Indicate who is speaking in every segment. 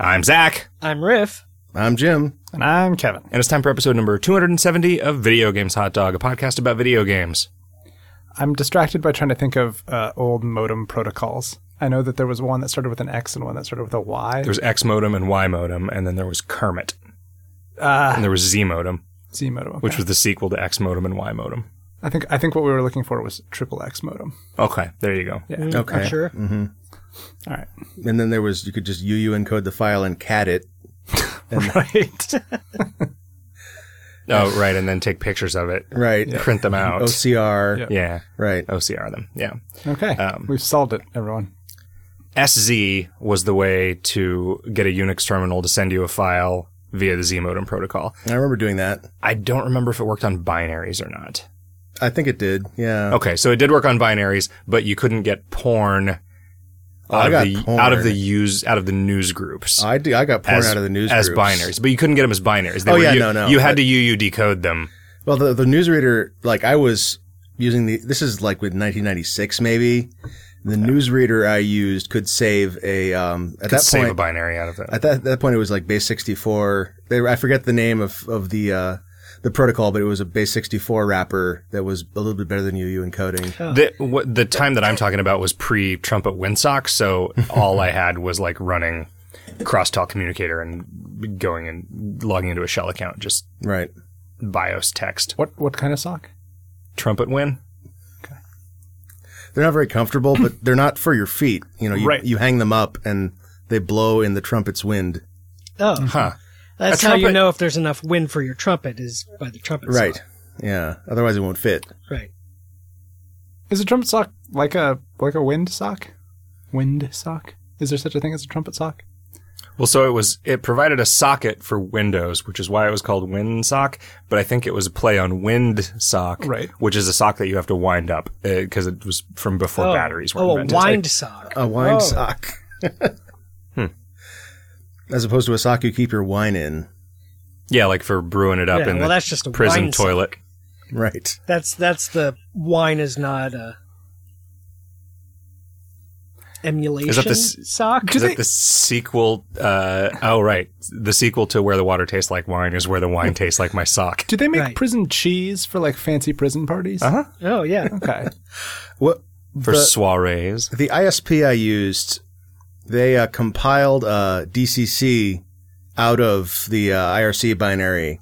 Speaker 1: I'm Zach,
Speaker 2: I'm Riff.
Speaker 3: I'm Jim.
Speaker 4: And I'm Kevin.
Speaker 1: and it's time for episode number 270 of Video Games Hot Dog, a podcast about video games.
Speaker 4: I'm distracted by trying to think of uh, old modem protocols. I know that there was one that started with an X and one that started with a Y.
Speaker 1: There was X modem and Y modem, and then there was Kermit,
Speaker 4: Uh,
Speaker 1: and there was Z modem,
Speaker 4: Z modem, okay.
Speaker 1: which was the sequel to X modem and Y modem.
Speaker 4: I think I think what we were looking for was triple X modem.
Speaker 1: Okay, there you go.
Speaker 4: Yeah.
Speaker 3: Okay.
Speaker 2: Mm, Sure.
Speaker 4: All right.
Speaker 3: Mm-hmm. And then there was you could just UU encode the file and cat it.
Speaker 4: Right.
Speaker 1: Oh, right, and then take pictures of it,
Speaker 3: Right.
Speaker 1: print them out.
Speaker 3: OCR.
Speaker 4: Yeah.
Speaker 1: yeah,
Speaker 3: Right.
Speaker 1: OCR them. Yeah.
Speaker 4: okay.
Speaker 1: Um,
Speaker 4: We've solved it, everyone.
Speaker 1: SZ was the way to get a Unix terminal to send you a file via the Z modem protocol.
Speaker 3: I remember doing that.
Speaker 1: I don't remember if it worked on binaries or not.
Speaker 3: I think it did. Yeah.
Speaker 1: Okay, so it did work on binaries, but you couldn't get porn
Speaker 3: Oh,
Speaker 1: out
Speaker 3: I
Speaker 1: of
Speaker 3: got
Speaker 1: the
Speaker 3: porn.
Speaker 1: out of the use out of the news groups
Speaker 3: I do, I got porn
Speaker 1: as-
Speaker 3: out of the news
Speaker 1: as
Speaker 3: groups.
Speaker 1: binaries, but you couldn't get them as binaries. They
Speaker 3: Oh,
Speaker 1: were
Speaker 3: yeah,
Speaker 1: you,
Speaker 3: no, no,
Speaker 1: You had to
Speaker 3: but-
Speaker 1: UU decode them.
Speaker 3: Well, the the newsreader like I was using the this is like with 1996 maybe. The newsreader I used could save a um
Speaker 1: Could
Speaker 3: at that
Speaker 1: save
Speaker 3: point
Speaker 1: a binary out of it.
Speaker 3: at that, that point it was like base 64 they, were- i forget the name of, of the uh, the protocol but it was a base 64 wrapper that was a little bit better than uu encoding
Speaker 1: The, what, the time that I'm talking about was pre Trumpet Windsock, so all I had was like running crosstalk communicator and going and logging into a shell account, just
Speaker 3: right
Speaker 1: BIOS text.
Speaker 4: What what kind of sock?
Speaker 1: Trumpet Win?
Speaker 3: they're not very comfortable but they're not for your feet you know you,
Speaker 4: Right.
Speaker 3: you hang them up and they blow in the trumpet's wind
Speaker 2: Oh,
Speaker 1: Huh.
Speaker 2: that's
Speaker 1: A
Speaker 2: how you
Speaker 1: trumpet-
Speaker 2: know if there's enough wind for your trumpet is by the trumpet.
Speaker 3: right
Speaker 2: sound.
Speaker 3: yeah otherwise it won't fit
Speaker 2: Right.
Speaker 4: Is a trumpet sock like a like a wind sock? Wind sock? Is there such a thing as a trumpet sock?
Speaker 1: Well, so it was, it provided a socket for Windows, which is why it was called WinSock, but I think it was a play on Windsock,
Speaker 4: Right.
Speaker 1: which is a sock that you have to wind up because it was from before
Speaker 2: oh.
Speaker 1: batteries were
Speaker 2: Oh, a
Speaker 1: invented.
Speaker 2: wind sock.
Speaker 3: a wine
Speaker 2: Oh.
Speaker 3: sock
Speaker 1: Hmm.
Speaker 3: as opposed to a sock you keep your wine in
Speaker 1: yeah, like for brewing it up
Speaker 2: yeah,
Speaker 1: in
Speaker 2: well,
Speaker 1: the
Speaker 2: that's just a
Speaker 1: prison
Speaker 2: wine sock.
Speaker 1: toilet.
Speaker 3: right
Speaker 2: That's that's the wine is not a emulation
Speaker 1: Is that the s-
Speaker 2: sock.
Speaker 1: Is that the sequel? Uh, oh, right. The sequel to Where the Water Tastes Like Wine is Where the Wine Tastes Like My Sock.
Speaker 4: Do they make
Speaker 2: Right.
Speaker 4: prison cheese for like fancy prison parties?
Speaker 1: Uh-huh.
Speaker 2: oh yeah.
Speaker 4: Okay.
Speaker 3: what
Speaker 1: For
Speaker 3: the-
Speaker 1: soirees.
Speaker 3: the ISP I used, they uh, compiled uh, DCC out of the uh, IRC binary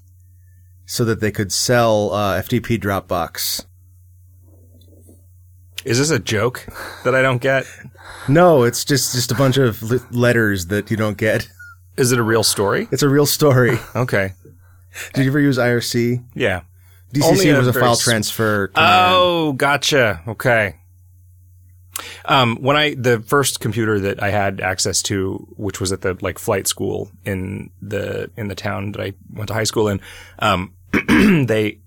Speaker 3: so that they could sell uh, FTP Dropbox.
Speaker 1: Is this a joke that I don't get?
Speaker 3: No, it's just just a bunch of l- letters that you don't get.
Speaker 1: Is it a real story?
Speaker 3: It's a real story.
Speaker 1: Okay.
Speaker 3: Did you ever use IRC?
Speaker 1: Yeah. Only
Speaker 3: DCC
Speaker 1: a
Speaker 3: was a
Speaker 1: very
Speaker 3: file
Speaker 1: sm-
Speaker 3: transfer. command.
Speaker 1: Oh, gotcha. Okay. Um, when I the first computer that I had access to, which was at the like flight school in the in the town that I went to high school in, um, they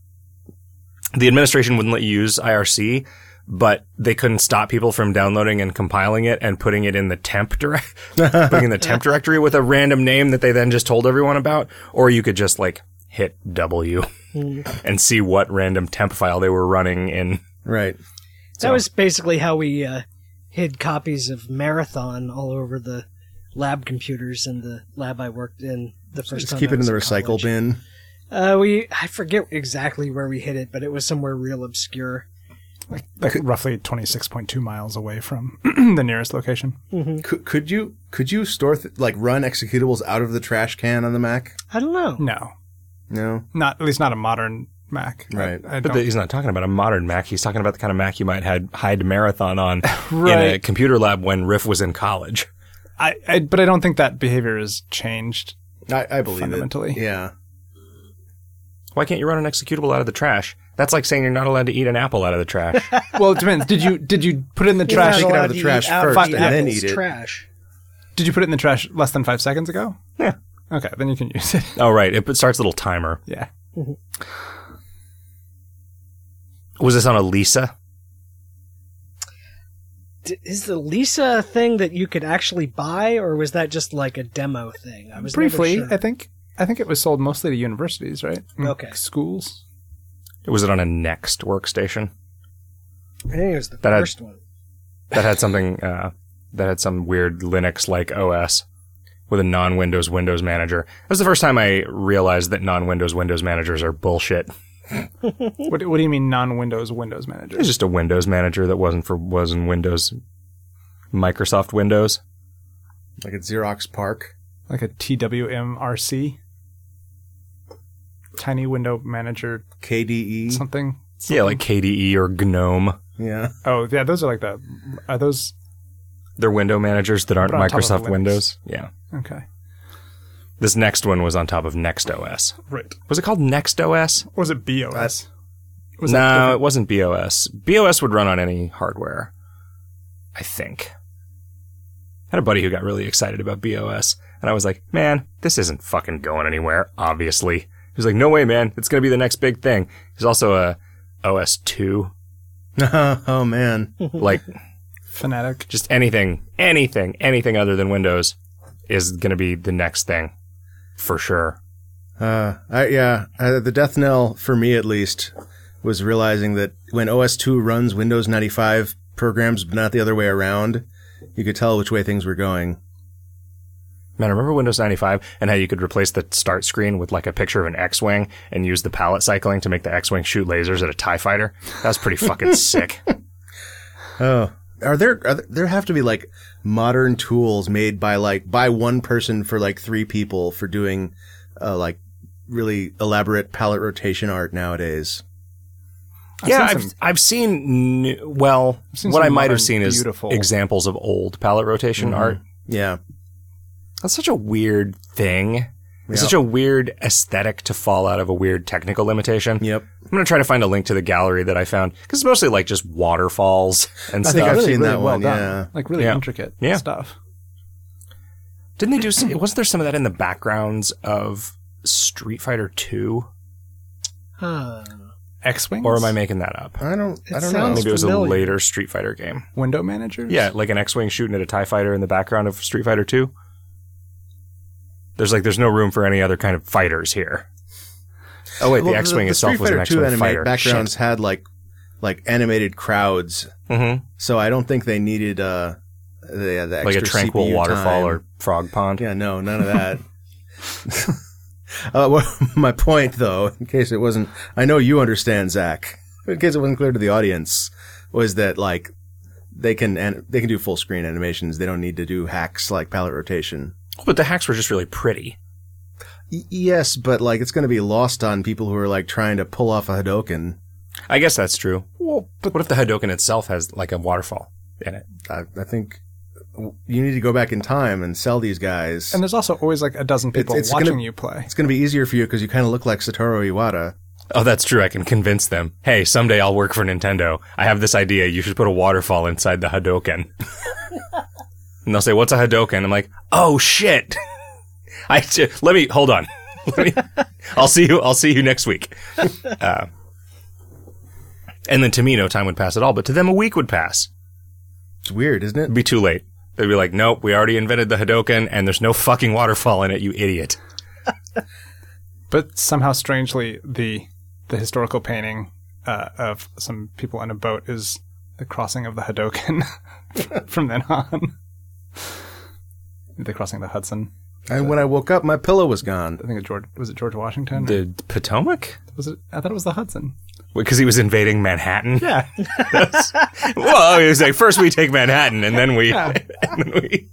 Speaker 1: the administration wouldn't let you use IRC, but they couldn't stop people from downloading and compiling it and putting it in the temp direct, putting in the temp directory with a random name that they then just told everyone about, or you could just like hit W
Speaker 2: Mm.
Speaker 1: and see what random temp file they were running in.
Speaker 3: Right.
Speaker 2: That was basically how we uh, hid copies of Marathon all over the lab computers in the lab I worked in the first
Speaker 3: Just
Speaker 2: time.
Speaker 3: keep
Speaker 2: I
Speaker 3: it in
Speaker 2: was
Speaker 3: the
Speaker 2: college.
Speaker 3: recycle bin.
Speaker 2: Uh, we I forget exactly where we hid it, but it was somewhere real obscure.
Speaker 4: Like, like roughly 26.2 miles away from the nearest location.
Speaker 2: Mm-hmm.
Speaker 3: Could, could you could you store th- like run executables out of the trash can on the Mac?
Speaker 2: I don't know.
Speaker 4: No.
Speaker 3: No.
Speaker 4: Not at least not a modern Mac.
Speaker 3: Right.
Speaker 4: I, I
Speaker 1: But
Speaker 4: don't-
Speaker 1: he's not talking about a modern Mac. He's talking about the kind of Mac you might had hide marathon on in a
Speaker 4: Right.
Speaker 1: computer lab when Riff was in college.
Speaker 4: I, I but I don't think that behavior has changed.
Speaker 3: I, I believe
Speaker 4: Fundamentally.
Speaker 3: it. Yeah.
Speaker 1: Why can't you run an executable out of the trash? That's like saying you're not allowed to eat an apple out of the trash.
Speaker 4: Well, it depends. Did you did you put it in the
Speaker 2: You're not
Speaker 4: trash?
Speaker 3: Take it out
Speaker 2: allowed
Speaker 3: of the
Speaker 2: to
Speaker 3: trash
Speaker 2: eat out of
Speaker 3: first
Speaker 2: the
Speaker 3: and then
Speaker 2: apple's
Speaker 3: eat it.
Speaker 2: Trash.
Speaker 4: Did you put it in the trash less than five seconds ago?
Speaker 1: Yeah.
Speaker 4: Okay, then you can use it.
Speaker 1: oh, right. It starts a little timer.
Speaker 4: Yeah.
Speaker 1: Was this on a Lisa?
Speaker 2: D- is the Lisa a thing that you could actually buy, or was that just like a demo thing? I was never
Speaker 4: Briefly,
Speaker 2: sure.
Speaker 4: I think I think it was sold mostly to universities, right? And
Speaker 2: Okay.
Speaker 4: Schools.
Speaker 1: Was it on a Next workstation
Speaker 2: I think it was the
Speaker 1: That had-
Speaker 2: first one.
Speaker 1: that had something uh, that had some weird Linux like OS with a non Windows Windows manager. That was the first time I realized that non Windows Windows managers are bullshit.
Speaker 4: What, what do you mean non-Windows Windows manager?
Speaker 1: It was just a Windows manager that wasn't for was in Windows Microsoft Windows.
Speaker 3: Like at Xerox Park.
Speaker 4: Like a TWMRC, tiny window manager
Speaker 3: KDE.
Speaker 4: something.
Speaker 1: Yeah, like KDE or GNOME.
Speaker 3: Yeah.
Speaker 4: Oh yeah, those are like the are those
Speaker 1: They're window managers that aren't
Speaker 4: But on top of
Speaker 1: Microsoft
Speaker 4: Linux.
Speaker 1: Windows. Yeah.
Speaker 4: okay?
Speaker 1: This next one was on top of NextOS.
Speaker 4: Right.
Speaker 1: Was it called NextOS?
Speaker 4: Or was it BOS? was that
Speaker 1: no,
Speaker 4: different?
Speaker 1: it wasn't BOS. BOS would run on any hardware, I think. I had a buddy who got really excited about BOS, and I was like, man, this isn't fucking going anywhere, obviously. He was like, no way, man, it's going to be the next big thing. There's also a OS2,
Speaker 3: oh man.
Speaker 1: like
Speaker 4: Fanatic.
Speaker 1: just anything, anything, anything other than Windows is going to be the next thing for sure.
Speaker 3: Uh, I, yeah, uh, the death knell for me at least was realizing that when OS2 runs Windows 95 programs, but not the other way around, you could tell which way things were going.
Speaker 1: Man, I remember Windows 95 and how you could replace the start screen with like a picture of an X-Wing and use the pallet cycling to make the X-Wing shoot lasers at a TIE fighter? That was pretty fucking sick.
Speaker 3: Oh, are there, are there? There have to be like modern tools made by like by one person for like three people for doing uh, like really elaborate palette rotation art nowadays.
Speaker 4: I've
Speaker 1: yeah,
Speaker 4: seen
Speaker 1: I've,
Speaker 4: some-
Speaker 1: I've seen, n- well,
Speaker 4: I've seen
Speaker 1: what
Speaker 4: some
Speaker 1: I might
Speaker 4: modern,
Speaker 1: have seen is
Speaker 4: beautiful- Mm-hmm.
Speaker 1: examples of old pallet rotation art.
Speaker 3: Yeah,
Speaker 1: That's such a weird thing. It's
Speaker 3: Yeah.
Speaker 1: such a weird aesthetic to fall out of a weird technical limitation.
Speaker 3: yep.
Speaker 1: I'm going to try to find a link to the gallery that I found because it's mostly like just waterfalls and
Speaker 3: I
Speaker 1: stuff.
Speaker 3: think I've
Speaker 4: really,
Speaker 3: seen
Speaker 4: really
Speaker 3: that
Speaker 4: well
Speaker 3: one.
Speaker 4: done.
Speaker 3: Yeah,
Speaker 4: Like really
Speaker 1: Yeah.
Speaker 4: intricate
Speaker 1: Yeah.
Speaker 4: stuff.
Speaker 1: Didn't they do? Some, wasn't there some of that in the backgrounds of Street Fighter Two?
Speaker 2: Huh.
Speaker 4: X-wings
Speaker 1: Or am I making that up?
Speaker 3: I don't.
Speaker 2: It
Speaker 3: I don't know.
Speaker 2: sounds-
Speaker 1: Maybe it was a
Speaker 2: familiar.
Speaker 1: later Street Fighter game.
Speaker 4: window managers?
Speaker 1: Yeah, like an X-wing shooting at a Tie Fighter in the background of Street Fighter Two. There's like there's no room for any other kind of fighters here. Oh wait,
Speaker 3: Well,
Speaker 1: the X-wing itself
Speaker 3: Street
Speaker 1: was an
Speaker 3: Fighter 2
Speaker 1: X-wing
Speaker 3: anime
Speaker 1: fighter.
Speaker 3: Backgrounds had like like animated crowds,
Speaker 1: Mhm.
Speaker 3: so I don't think they needed uh the, the
Speaker 1: like a
Speaker 3: extra
Speaker 1: tranquil
Speaker 3: CPU
Speaker 1: waterfall
Speaker 3: time.
Speaker 1: or frog pond.
Speaker 3: yeah, no, none of that. uh, well, my point, though, in case it wasn't, I know you understand, Zach. In case it wasn't clear to the audience, was that like they can an- they can do full screen animations. They don't need to do hacks like palette rotation.
Speaker 1: But the hacks were just really pretty.
Speaker 3: Y- yes, but like it's going to be lost on people who are like trying to pull off a Hadoken.
Speaker 1: I guess that's true. Well, but what if the Hadoken itself has like a waterfall in it?
Speaker 3: I, I think w- you need to go back in time and sell these guys.
Speaker 4: And there's also always like a dozen people
Speaker 3: it's gonna-
Speaker 4: watching you play.
Speaker 3: it's going to be easier for you because you kind of look like Satoru Iwata.
Speaker 1: Oh, that's true. I can convince them. Hey, someday I'll work for Nintendo. I have this idea. You should put a waterfall inside the Hadoken. and they'll say, "What's a Hadoken?" I'm like, "Oh shit! I ju- let me hold on. Let me. I'll see you. I'll see you next week." Uh, and then to me, no time would pass at all. But to them, a week would pass.
Speaker 3: It's weird, isn't it?
Speaker 1: It'd be too late. They'd be like, "Nope, we already invented the Hadoken, and there's no fucking waterfall in it. You idiot."
Speaker 4: But somehow, strangely, the the historical painting uh, of some people on a boat is the crossing of the Hadoken from then on. The crossing of the Hudson.
Speaker 3: And when I woke up, my pillow was gone.
Speaker 4: I think it George was it George Washington.
Speaker 1: The Potomac.
Speaker 4: was it? I thought it was the Hudson.
Speaker 1: Because he was invading Manhattan.
Speaker 4: Yeah,
Speaker 1: Well, he was like, first we take Manhattan, and then we.
Speaker 4: Yeah.
Speaker 1: and then we-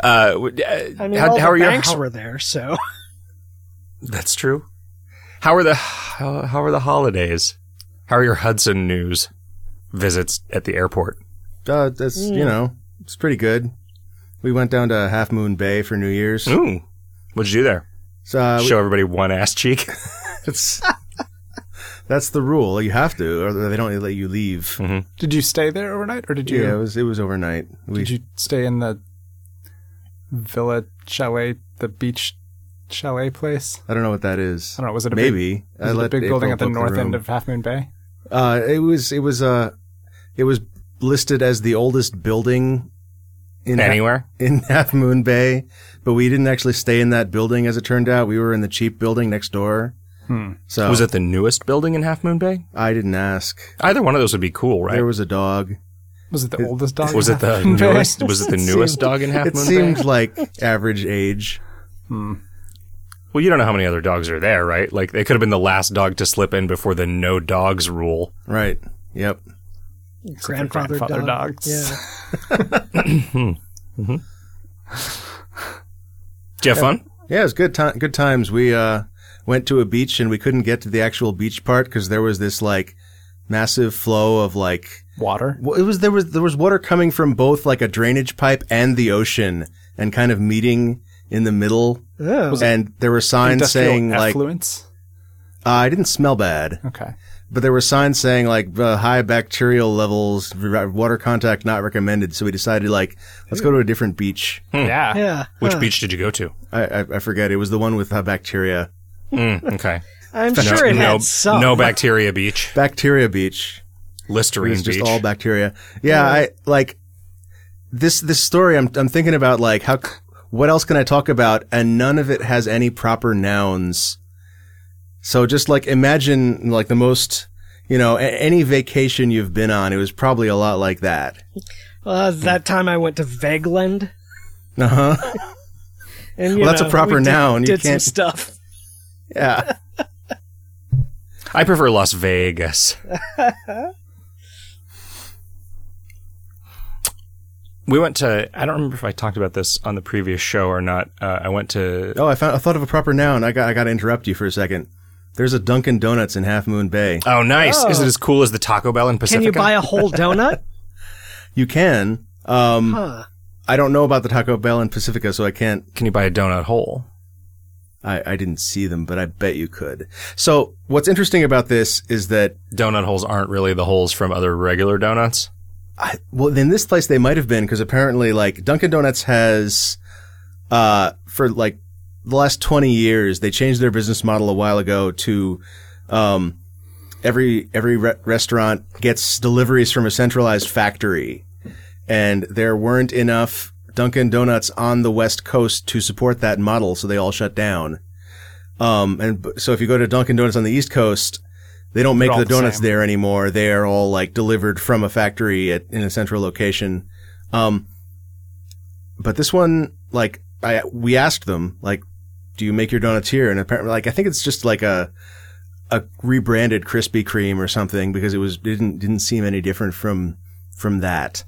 Speaker 1: uh, w- uh,
Speaker 2: I mean,
Speaker 1: how,
Speaker 2: all
Speaker 1: how
Speaker 2: the
Speaker 1: are your
Speaker 2: banks
Speaker 1: how-
Speaker 2: were there, so
Speaker 1: That's true. How are the how, how are the holidays? How are your Hudson news visits at the airport?
Speaker 3: Uh, that's you know, it's pretty good. We went down to Half Moon Bay for New Year's.
Speaker 1: Ooh, what'd you do there?
Speaker 3: So uh, we-
Speaker 1: Show everybody one ass cheek.
Speaker 3: it's, that's the rule. You have to, or they don't let you leave.
Speaker 4: Did you stay there overnight, or did you?
Speaker 3: Yeah, it was it was overnight. We
Speaker 4: Did you stay in the villa chalet, the beach chalet place?
Speaker 3: I don't know what that is.
Speaker 4: I don't know. Was it a Big,
Speaker 3: Maybe
Speaker 4: was it a big
Speaker 3: April
Speaker 4: building at the
Speaker 3: book
Speaker 4: north end
Speaker 3: room.
Speaker 4: of Half Moon Bay?
Speaker 3: Uh, it was it was uh, it was listed as the oldest building in Ha-
Speaker 1: Anywhere?
Speaker 3: in Half Moon Bay, but we didn't actually stay in that building. As it turned out, we were in the cheap building next door.
Speaker 4: Hmm.
Speaker 3: So
Speaker 1: Was it the newest building in Half Moon Bay?
Speaker 3: I didn't ask.
Speaker 1: Either one of those would be cool, right?
Speaker 3: There was a dog.
Speaker 4: Was it the oldest dog?
Speaker 1: Was it the
Speaker 4: in Half Moon Bay?
Speaker 1: newest? Was it the newest dog in Half
Speaker 3: it
Speaker 1: Moon
Speaker 3: seemed
Speaker 1: Bay?
Speaker 3: like average age.
Speaker 4: Hmm.
Speaker 1: Well, you don't know how many other dogs are there, right? Like they could have been the last dog to slip in before the no dogs rule.
Speaker 3: Right. Yep.
Speaker 2: grandfather,
Speaker 4: grandfather
Speaker 2: dog.
Speaker 4: dogs.
Speaker 2: Yeah.
Speaker 1: Did you have fun?
Speaker 3: Yeah, it was good time. Good times. We uh, went to a beach and we couldn't get to the actual beach part because there was this like massive flow of like
Speaker 4: Water.
Speaker 3: Well, it was there was there was water coming from both like a drainage pipe and the ocean and kind of meeting in the middle.
Speaker 2: Oh.
Speaker 3: And there were signs
Speaker 4: Industrial
Speaker 3: saying like
Speaker 4: effluence.
Speaker 3: uh, I didn't smell bad,
Speaker 4: okay.
Speaker 3: but there were signs saying like uh, high bacterial levels, r- water contact not recommended. So we decided like let's go to a different beach.
Speaker 4: Yeah.
Speaker 2: yeah.
Speaker 1: Which
Speaker 2: huh.
Speaker 1: beach did you go to?
Speaker 3: I, I, I forget it was the one with uh, bacteria,
Speaker 1: Mm, okay,
Speaker 2: I'm sure it
Speaker 1: no,
Speaker 2: had some.
Speaker 1: no bacteria beach,
Speaker 3: bacteria beach.
Speaker 1: Listerine
Speaker 3: It's
Speaker 1: beach.
Speaker 3: just all bacteria. Yeah, I like this this story. I'm I'm thinking about like how c- what else can I talk about, and none of it has any proper nouns. So just like imagine like the most you know a- any vacation you've been on, it was probably a lot like that.
Speaker 2: Well, that was that time I went to Vegland.
Speaker 3: Uh huh.
Speaker 2: And, you
Speaker 3: Well, that's a
Speaker 2: know,
Speaker 3: proper
Speaker 2: we did-
Speaker 3: noun. You
Speaker 2: Did some
Speaker 3: can't-
Speaker 2: stuff.
Speaker 3: yeah.
Speaker 1: I prefer Las Vegas. we went to. I don't remember if I talked about this on the previous show or not. Uh, I went to.
Speaker 3: Oh, I found I thought of a proper noun. I got I got to interrupt you for a second. There's a Dunkin' Donuts in Half Moon Bay.
Speaker 1: Oh, nice!
Speaker 2: Oh.
Speaker 1: Is it as cool as the Taco Bell in Pacifica?
Speaker 2: Can you buy a whole donut?
Speaker 3: You can. Um,
Speaker 2: Huh.
Speaker 3: I don't know about the Taco Bell in Pacifica, so I can't
Speaker 1: Can you buy a donut hole?
Speaker 3: I, I didn't see them, but I bet you could. So what's interesting about this is that,
Speaker 1: Donut holes aren't really the holes from other regular donuts.
Speaker 3: I, well, in this place they might have been because apparently, like Dunkin' Donuts has, uh, for like the last twenty years, they changed their business model a while ago to, um, every every re- restaurant gets deliveries from a centralized factory, and there weren't enough Dunkin' Donuts on the West Coast to support that model, so they all shut down. Um, and b- so if you go to Dunkin' Donuts on the East Coast, they don't make
Speaker 4: all
Speaker 3: the
Speaker 4: the
Speaker 3: donuts
Speaker 4: same.
Speaker 3: there anymore. They are all like delivered from a factory at, in a central location. Um, but this one, like, I we asked them, like, do you make your donuts here? And apparently, like, I think it's just like a a rebranded Krispy Kreme or something because it was didn't didn't seem any different from from that.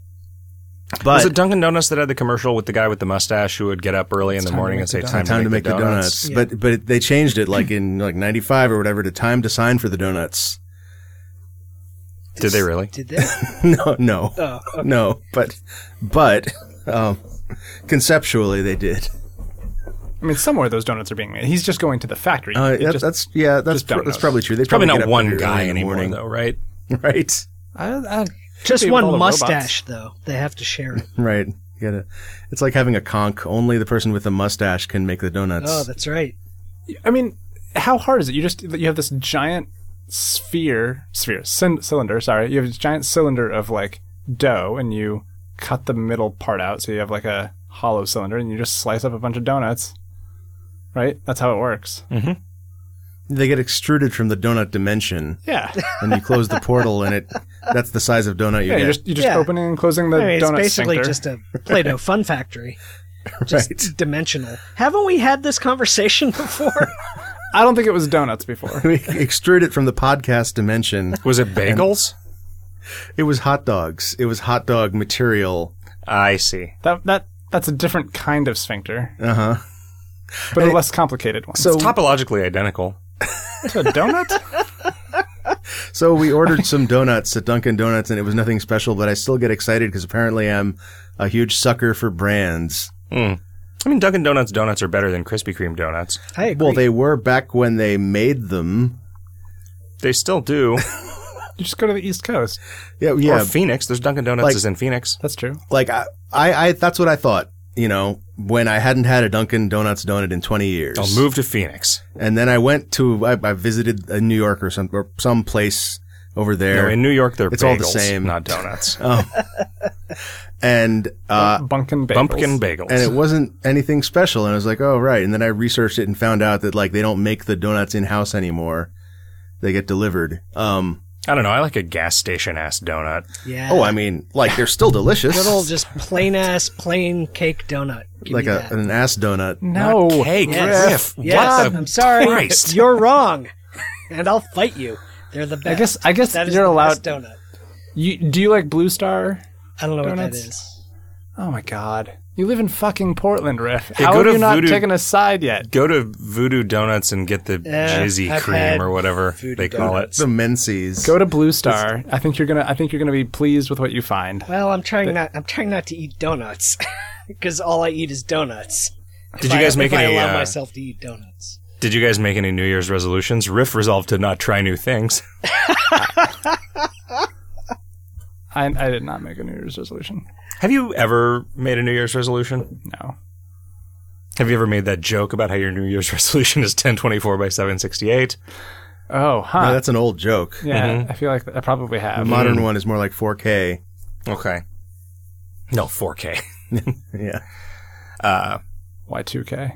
Speaker 3: But
Speaker 1: was it Dunkin' Donuts that had the commercial with the guy with the mustache who would get up early in the
Speaker 4: time to
Speaker 1: morning
Speaker 4: make
Speaker 1: and
Speaker 4: the
Speaker 1: say,
Speaker 4: donuts.
Speaker 1: "Time,
Speaker 3: time to make the donuts.
Speaker 2: Yeah.
Speaker 3: But but it, they changed it like in like 95 or whatever to time to sign for the donuts.
Speaker 1: Did they really?
Speaker 2: Did they?
Speaker 3: no, no.
Speaker 2: Oh, okay.
Speaker 3: No, but but um, conceptually they did.
Speaker 4: I mean, somewhere those donuts are being made. He's just going to the factory.
Speaker 3: Uh,
Speaker 4: It
Speaker 3: that,
Speaker 4: just-
Speaker 3: that's yeah, that's
Speaker 4: just
Speaker 3: pr- that's
Speaker 4: donuts.
Speaker 3: probably true. They
Speaker 1: Probably
Speaker 3: get
Speaker 1: not
Speaker 3: up
Speaker 1: one
Speaker 3: pretty early
Speaker 1: guy
Speaker 3: in the
Speaker 1: anymore,
Speaker 3: morning.
Speaker 1: though, right?
Speaker 3: right?
Speaker 4: I, I,
Speaker 2: Just
Speaker 4: Maybe with all the
Speaker 2: one mustache, though. They have to share it.
Speaker 3: Right. You gotta, it's like having a conch. Only the person with a mustache can make the donuts.
Speaker 2: Oh, that's right.
Speaker 4: I mean, how hard is it? You just you have this giant sphere, sphere, cin- cylinder. Sorry, you have this giant cylinder of like dough, and you cut the middle part out, so you have like a hollow cylinder, and you just slice up a bunch of donuts. Right? That's how it works.
Speaker 3: they get extruded from the donut dimension.
Speaker 4: Yeah.
Speaker 3: and you close the portal and it that's the size of donut you
Speaker 4: yeah.
Speaker 3: get.
Speaker 4: You're just you're just
Speaker 2: Yeah.
Speaker 4: opening and closing the
Speaker 2: I mean, it's
Speaker 4: donut
Speaker 2: basically
Speaker 4: sphincter.
Speaker 2: just a Play-Doh fun factory. Just
Speaker 3: Right.
Speaker 2: dimensional. Haven't we had this conversation before?
Speaker 4: I don't think it was donuts before.
Speaker 3: we extrude it from the podcast dimension.
Speaker 1: Was it bagels?
Speaker 3: It was hot dogs. It was hot dog material.
Speaker 1: I see.
Speaker 4: that that that's a different kind of sphincter,
Speaker 3: Uh-huh.
Speaker 4: but a less complicated one.
Speaker 3: So
Speaker 1: Topologically identical.
Speaker 4: It's a donut.
Speaker 3: so we ordered some donuts at Dunkin' Donuts and it was nothing special, but I still get excited because apparently I'm a huge sucker for brands.
Speaker 1: I mean, Dunkin' Donuts donuts are better than Krispy Kreme donuts.
Speaker 2: I agree.
Speaker 3: Well, they were back when they made them.
Speaker 1: They still do.
Speaker 4: you just go to the East Coast.
Speaker 3: Yeah,
Speaker 1: yeah.
Speaker 3: yeah.
Speaker 1: Or Phoenix. There's Dunkin' Donuts
Speaker 3: Like-
Speaker 1: is in Phoenix.
Speaker 4: That's true.
Speaker 3: like I, I, I that's what I thought. You know, when I hadn't had a Dunkin' Donuts donut in 20 years.
Speaker 1: I'll move to Phoenix.
Speaker 3: And then I went to I, I visited uh, New York or some or some place over
Speaker 1: No,
Speaker 3: there,
Speaker 1: in New York, they're
Speaker 3: It's
Speaker 1: bagels,
Speaker 3: all the same.
Speaker 1: not donuts.
Speaker 3: and uh,
Speaker 4: Bunkin' bagels.
Speaker 1: Bumpkin bagels.
Speaker 3: and it wasn't anything special. And I was like, oh right. And then I researched it and found out that like they don't make the donuts in house anymore; they get delivered. Um,
Speaker 1: I don't know. I like a gas station ass donut.
Speaker 2: Yeah.
Speaker 3: oh, I mean, like they're still delicious.
Speaker 2: Good old just plain ass plain cake donut. Give
Speaker 3: like
Speaker 2: me
Speaker 3: a,
Speaker 2: that.
Speaker 3: an ass donut.
Speaker 4: No.
Speaker 1: Not cake.
Speaker 2: Yes.
Speaker 1: Riff.
Speaker 2: Yes,
Speaker 1: What the
Speaker 2: I'm sorry.
Speaker 1: Christ.
Speaker 2: You're wrong. And I'll fight you. They're the best.
Speaker 4: I guess I guess
Speaker 2: that is
Speaker 4: you're
Speaker 2: the
Speaker 4: allowed.
Speaker 2: best donut.
Speaker 4: You do you like Blue Star?
Speaker 2: I don't know what that
Speaker 4: Donuts.
Speaker 2: is.
Speaker 4: Oh my god. You live in fucking Portland, Riff.
Speaker 1: Yeah,
Speaker 4: How
Speaker 1: go
Speaker 4: have
Speaker 1: to
Speaker 4: you not
Speaker 1: Voodoo-
Speaker 4: taken a side yet?
Speaker 1: Go to Voodoo Donuts and get the
Speaker 2: Yeah,
Speaker 1: jizzy
Speaker 2: I've had
Speaker 1: cream or whatever
Speaker 2: Voodoo
Speaker 1: they call
Speaker 3: It's the Menses.
Speaker 4: Go to Blue Star. I think you're gonna I think you're gonna be pleased with what you find.
Speaker 2: Well, I'm trying not. I'm trying not to eat donuts because all I eat is donuts.
Speaker 1: it. Did you guys make
Speaker 2: if I
Speaker 1: any?
Speaker 2: allow
Speaker 1: uh,
Speaker 2: myself to eat donuts.
Speaker 1: Did you guys make any New Year's resolutions? Riff resolved to not try new things.
Speaker 4: I, I did not make a New Year's resolution.
Speaker 1: Have you ever made a New Year's resolution?
Speaker 4: No.
Speaker 1: Have you ever made that joke about how your New Year's resolution is 1024 by 768?
Speaker 4: Oh, huh.
Speaker 3: No, that's an old joke.
Speaker 4: yeah,
Speaker 1: Mm-hmm.
Speaker 4: I feel like I probably
Speaker 3: The
Speaker 4: have.
Speaker 3: modern one is more like 4K.
Speaker 1: Okay. No, 4K.
Speaker 3: Yeah.
Speaker 1: Uh,
Speaker 4: Y two K.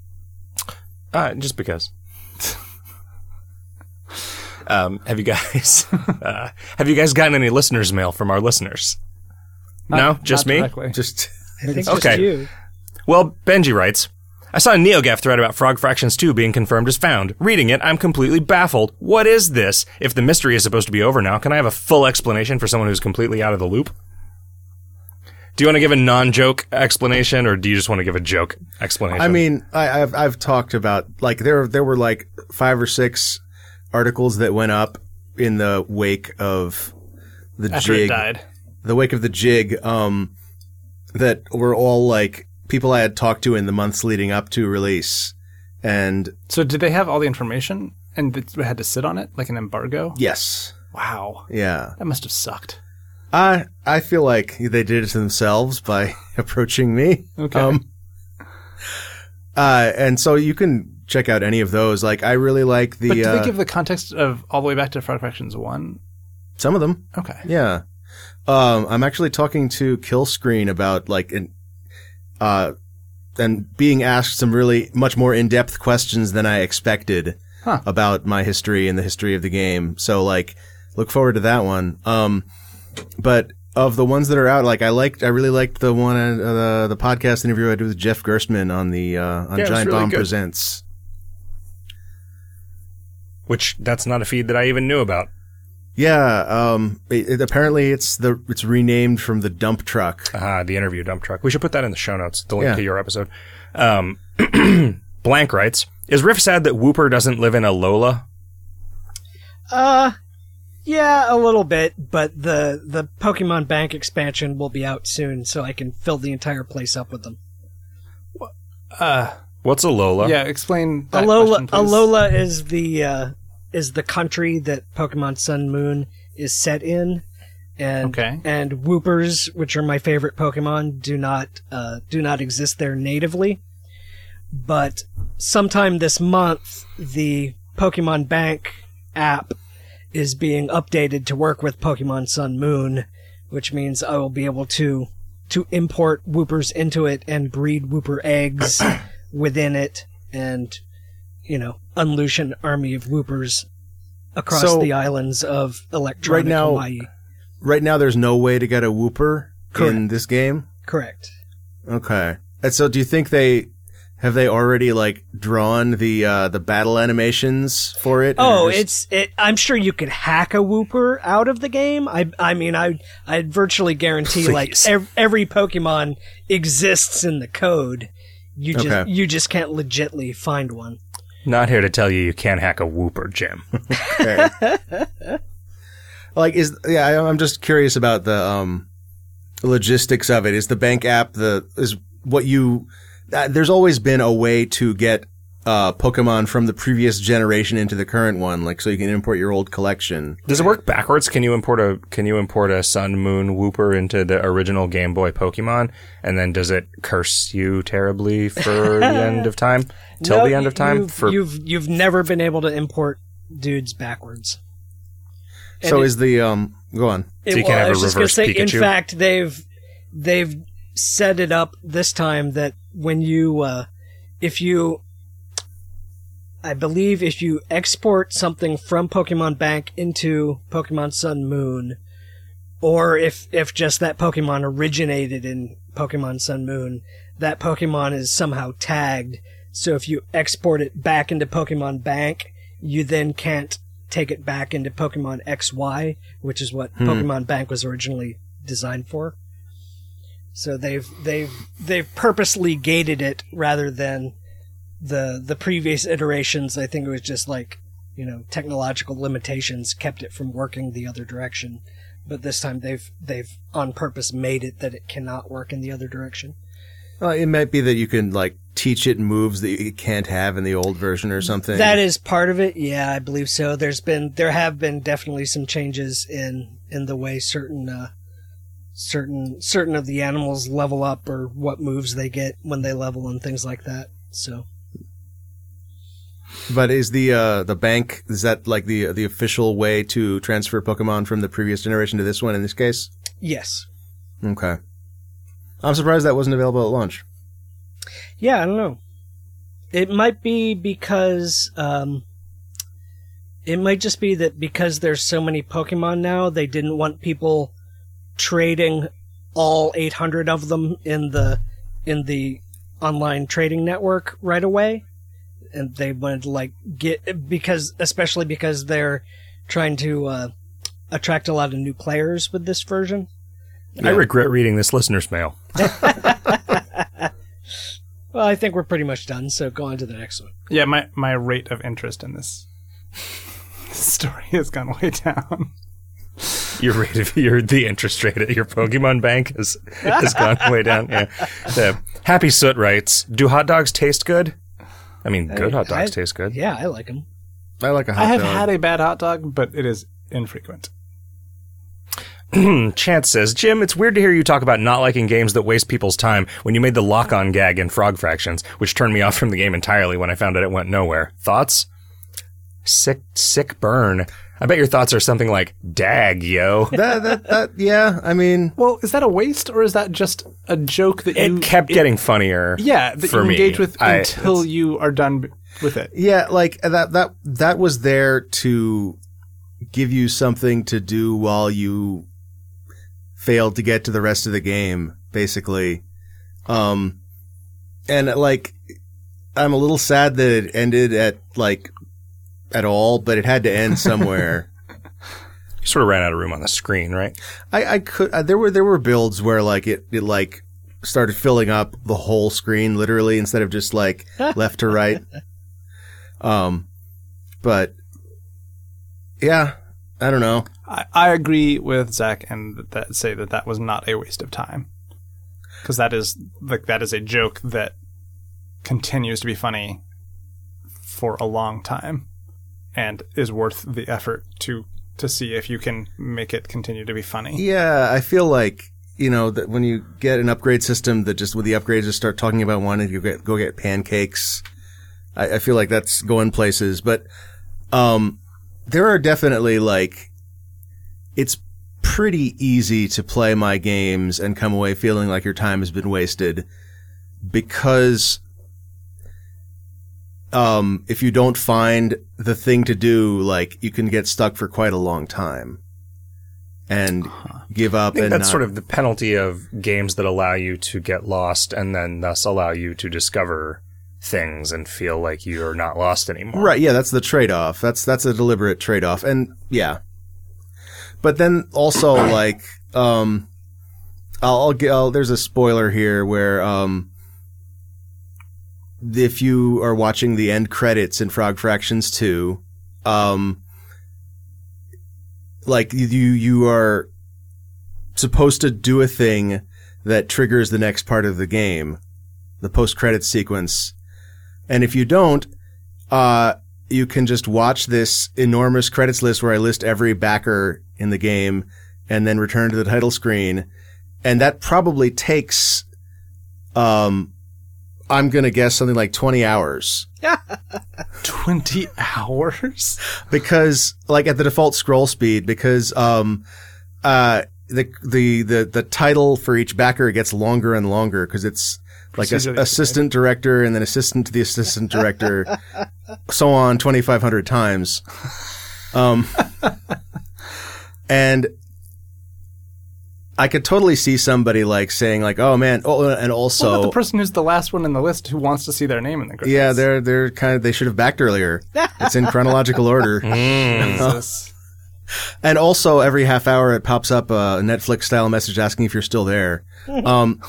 Speaker 1: uh, just because. um, have you guys uh, have you guys gotten any listeners mail from our listeners?
Speaker 4: Uh,
Speaker 1: No? Just me?
Speaker 3: Just
Speaker 2: I think
Speaker 1: Okay.
Speaker 2: just you.
Speaker 1: Well, Benji writes I saw a NeoGAF thread about Frog Fractions 2 being confirmed as found. Reading it, I'm completely baffled. What is this? If the mystery is supposed to be over now, can I have a full explanation for someone who's completely out of the loop? Do you want to give a non joke explanation or do you just want to give a joke explanation?
Speaker 3: I mean, I, I've I've talked about like there there were like five or six articles that went up in the wake of the
Speaker 4: After
Speaker 3: jig,
Speaker 4: it died.
Speaker 3: the wake of the jig, um, that were all like people I had talked to in the months leading up to release, and
Speaker 4: So did they have all the information and they had to sit on it like an embargo?
Speaker 3: yes,
Speaker 4: Wow,
Speaker 3: yeah,
Speaker 4: that must have sucked.
Speaker 3: I I feel like they did it to themselves by approaching me. Um,
Speaker 4: Okay.
Speaker 1: Um,
Speaker 3: uh, and so you can check out any of those. Like I really like the
Speaker 4: but did
Speaker 3: uh,
Speaker 4: they give the context of all the way back to Frog Fractions One?
Speaker 3: some of them.
Speaker 4: Okay.
Speaker 3: Yeah. Um, I'm actually talking to Kill Screen about like an, uh, and being asked some really much more in depth questions than I expected
Speaker 4: Huh.
Speaker 3: about my history and the history of the game. So like, look forward to that one. Um, but of the ones that are out, like I liked, I really liked the one uh, the the podcast interview I did with Jeff Gerstmann on the uh, on
Speaker 4: Yeah, it was
Speaker 3: Giant
Speaker 4: really
Speaker 3: Bomb
Speaker 4: good.
Speaker 3: Presents.
Speaker 1: Which that's not a feed that I even knew about.
Speaker 3: Yeah, um, it, it- apparently it's the it's renamed from the dump truck.
Speaker 1: Ah, the interview dump truck. We should put that in the show notes, the link
Speaker 3: Yeah.
Speaker 1: to your episode. Um, Blank writes Is Riff sad that Whooper doesn't live in a Lola?
Speaker 2: Uh, yeah, a little bit, but the the Pokemon Bank expansion will be out soon, so I can fill the entire place up with them.
Speaker 4: Uh,
Speaker 1: What's a Lola?
Speaker 4: yeah. Explain. That
Speaker 2: Alola
Speaker 4: question, please.
Speaker 2: Alola is the uh, is the country that Pokemon Sun Moon is set in, and
Speaker 4: Okay.
Speaker 2: and Whoopers, which are my favorite Pokemon, do not uh, do not exist there natively. But sometime this month, the Pokemon Bank app is being updated to work with Pokemon Sun Moon, which means I will be able to to import Whoopers into it and breed Whooper eggs within it, and you know unleash an army of Whoopers across
Speaker 3: So-
Speaker 2: the islands of electronic
Speaker 3: Right now-
Speaker 2: Hawaii.
Speaker 3: right now there's no way to get a whooper in
Speaker 2: Correct.
Speaker 3: this game.
Speaker 2: Correct.
Speaker 3: Okay. And so do you think they have they already like drawn the uh the battle animations for it?
Speaker 2: Oh,
Speaker 3: Or just-
Speaker 2: it's it, I'm sure you could hack a Whooper out of the game. I I mean I I virtually guarantee like
Speaker 1: Please.
Speaker 2: ev- every Pokemon exists in the code. You just
Speaker 3: Okay.
Speaker 2: you just can't legitly find one.
Speaker 1: Not here to tell you you can't hack a Whooper, Jim.
Speaker 3: like is yeah, I, I'm just curious about the um logistics of it. Is the bank app the is what you uh, there's always been a way to get uh Pokemon from the previous generation into the current one, like so you can import your old collection.
Speaker 1: Does it work backwards? Can you import a can you import a Sun Moon Whooper into the original Game Boy Pokemon, and then does it curse you terribly for the end of time? Till
Speaker 2: No,
Speaker 1: the end of time?
Speaker 2: You've,
Speaker 1: for
Speaker 2: you've you've never been able to import dudes backwards. And
Speaker 3: so
Speaker 2: it-
Speaker 3: is the um go on.
Speaker 1: So you
Speaker 2: It-
Speaker 1: can't
Speaker 2: well,
Speaker 1: have a
Speaker 2: I was just gonna
Speaker 1: reverse
Speaker 2: say, In
Speaker 1: Pikachu?
Speaker 2: fact, they've they've set it up this time that when you, uh, if you, I believe if you export something from Pokemon Bank into Pokemon Sun Moon, or if if just that Pokemon originated in Pokemon Sun Moon, that Pokemon is somehow tagged. So if you export it back into Pokemon Bank, you then can't take it back into Pokemon XY, which is what
Speaker 3: Hmm.
Speaker 2: Pokemon Bank was originally designed for. So they've they've they've purposely gated it rather than the the previous iterations. I think it was just like you know technological limitations kept it from working the other direction, but this time they've they've on purpose made it that it cannot work in the other direction.
Speaker 3: Uh, it might be that you can like teach it moves that you can't have in the old version or something.
Speaker 2: That is part of it. Yeah, I believe so. There's been there have been definitely some changes in in the way certain uh, certain certain of the animals level up or what moves they get when they level and things like that. So
Speaker 3: But is the uh, the bank is that like the the official way to transfer Pokemon from the previous generation to this one in this case?
Speaker 2: yes,
Speaker 3: Okay. I'm surprised that wasn't available at launch.
Speaker 2: yeah, I don't know. It might be because um, it might just be that because there's so many Pokemon now, they didn't want people trading all 800 of them in the in the online trading network right away and they wanted to like get because especially because they're trying to uh, attract a lot of new players with this version
Speaker 1: I regret reading this listener's mail.
Speaker 2: well i think we're pretty much done so go on to the next one
Speaker 4: Yeah, my, my rate of interest in this story has gone way down.
Speaker 1: Your rate of your the interest rate at your Pokemon bank has has gone way down. Yeah. The Happy Soot writes, "Do hot dogs taste good? I mean, good hot dogs
Speaker 2: I-
Speaker 1: taste good.
Speaker 2: yeah i like them
Speaker 3: I like a hot
Speaker 4: I have
Speaker 3: dog.
Speaker 4: had a bad hot dog, but it is infrequent.
Speaker 1: Chance says, Jim, it's weird to hear you talk about not liking games that waste people's time when you made the lock on gag in Frog Fractions, which turned me off from the game entirely when I found out it went nowhere. Thoughts? Sick, sick burn. I bet your thoughts are something like, dag, yo.
Speaker 3: that, that, that, yeah, I mean,
Speaker 4: Well, is that a waste or is that just a joke that you
Speaker 1: It kept getting funnier.
Speaker 4: yeah that
Speaker 1: for
Speaker 4: you
Speaker 1: me.
Speaker 4: engage with
Speaker 1: I-
Speaker 4: until
Speaker 1: it's-
Speaker 4: you are done b- with it?
Speaker 3: yeah, like uh, that, that, that was there to give you something to do while you failed to get to the rest of the game, basically. Um, and like, I'm a little sad that it ended at like, at all, but it had to end somewhere.
Speaker 1: You sort of ran out of room on the screen, right?
Speaker 3: I, I could. Uh, there were there were builds where like it, it like started filling up the whole screen literally instead of just like left to right. Um, but yeah, I don't know.
Speaker 4: I, I agree with Zach and that, that say that that was not a waste of time because that is like that is a joke that continues to be funny for a long time and is worth the effort to to see if you can make it continue to be funny.
Speaker 3: Yeah, I feel like you know that when you get an upgrade system that just with the upgrades just start talking about wanting to get, go get pancakes. I, I feel like that's going places, but um, there are definitely like it's pretty easy to play my games and come away feeling like your time has been wasted because um, if you don't find the thing to do, like you can get stuck for quite a long time and give up.
Speaker 1: I think
Speaker 3: and
Speaker 1: that's
Speaker 3: not-
Speaker 1: sort of the penalty of games that allow you to get lost and then thus allow you to discover things and feel like you're not lost anymore.
Speaker 3: Right, yeah, that's the trade-off. That's that's a deliberate trade-off. And yeah. But then also like um I'll, I'll get I'll, there's a spoiler here where um if you are watching the end credits in Frog Fractions 2, um like you you are supposed to do a thing that triggers the next part of the game, the post-credit sequence. And if you don't, uh, you can just watch this enormous credits list where I list every backer in the game and then return to the title screen. And that probably takes, um, I'm going to guess something like 20 hours
Speaker 4: Twenty hours.
Speaker 3: because like at the default scroll speed, because, um, uh, the the the the title for each backer gets longer and longer because it's like a,
Speaker 4: Procedurally,
Speaker 3: assistant director and then assistant to the assistant director, so on twenty five hundred times. Um, and I could totally see somebody like saying like, "Oh man!" Oh, and also,
Speaker 4: what about the person who's the last one in the list who wants to see their name in the credits?
Speaker 3: yeah, they're they're kind of they should have backed earlier. It's in chronological order.
Speaker 1: Mm.
Speaker 4: Jesus.
Speaker 3: And also, every half hour, it pops up a Netflix style message asking if you're still there. Um,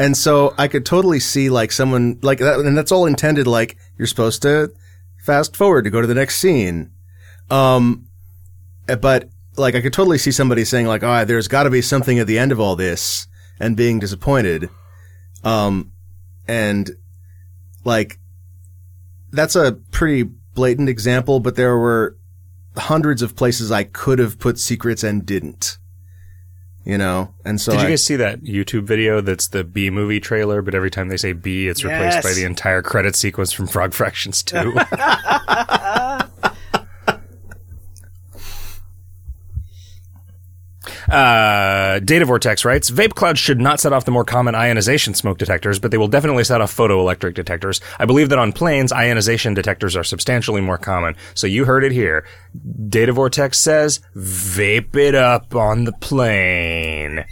Speaker 3: And so I could totally see like someone like that, and that's all intended. Like you're supposed to fast forward to go to the next scene. Um, eh, but like I could totally see somebody saying like, "Ah, there's got to be something at the end of all this," and being disappointed. Um, and like that's a pretty blatant example, but there were hundreds of places I could have put secrets and didn't. You know, and so
Speaker 1: Did you
Speaker 3: I-
Speaker 1: guys see that YouTube video that's the B movie trailer, but every time they say B, it's
Speaker 2: Yes.
Speaker 1: replaced by the entire credit sequence from Frog Fractions 2? uh, Data Vortex writes Vape clouds should not set off the more common ionization smoke detectors, but they will definitely set off photoelectric detectors. I believe that on planes, ionization detectors are substantially more common. So you heard it here. Data Vortex says, vape it up on the plane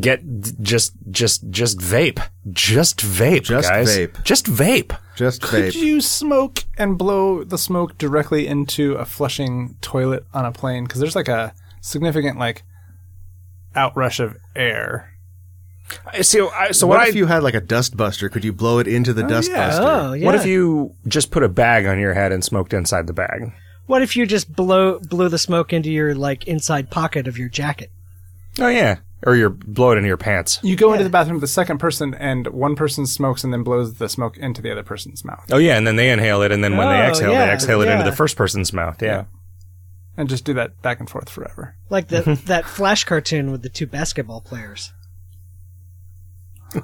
Speaker 1: get just just just vape just vape
Speaker 3: Just
Speaker 1: guys
Speaker 3: vape.
Speaker 1: just vape
Speaker 3: just
Speaker 4: Could
Speaker 3: vape.
Speaker 4: you smoke and blow the smoke directly into a flushing toilet on a plane? Because there's like a significant like outrush of air.
Speaker 1: I- so I, so
Speaker 3: what
Speaker 1: what, I,
Speaker 3: if you had like a dust buster? Could you blow it into the dust
Speaker 4: yeah.
Speaker 3: buster?
Speaker 2: Oh, yeah.
Speaker 1: what if you just put a bag on your head and smoked inside the bag
Speaker 2: What if you just blow blew the smoke into your like inside pocket of your jacket?
Speaker 1: oh yeah or your blow it into your pants
Speaker 4: You go into the bathroom with the second person, and one person smokes and then blows the smoke into the other person's mouth,
Speaker 1: oh yeah and then they inhale it and then when they
Speaker 2: Oh,
Speaker 1: exhale
Speaker 2: yeah,
Speaker 1: they exhale it into
Speaker 2: yeah.
Speaker 1: the first person's mouth yeah,
Speaker 4: and just do that back and forth forever.
Speaker 2: Like the that flash cartoon with the two basketball players.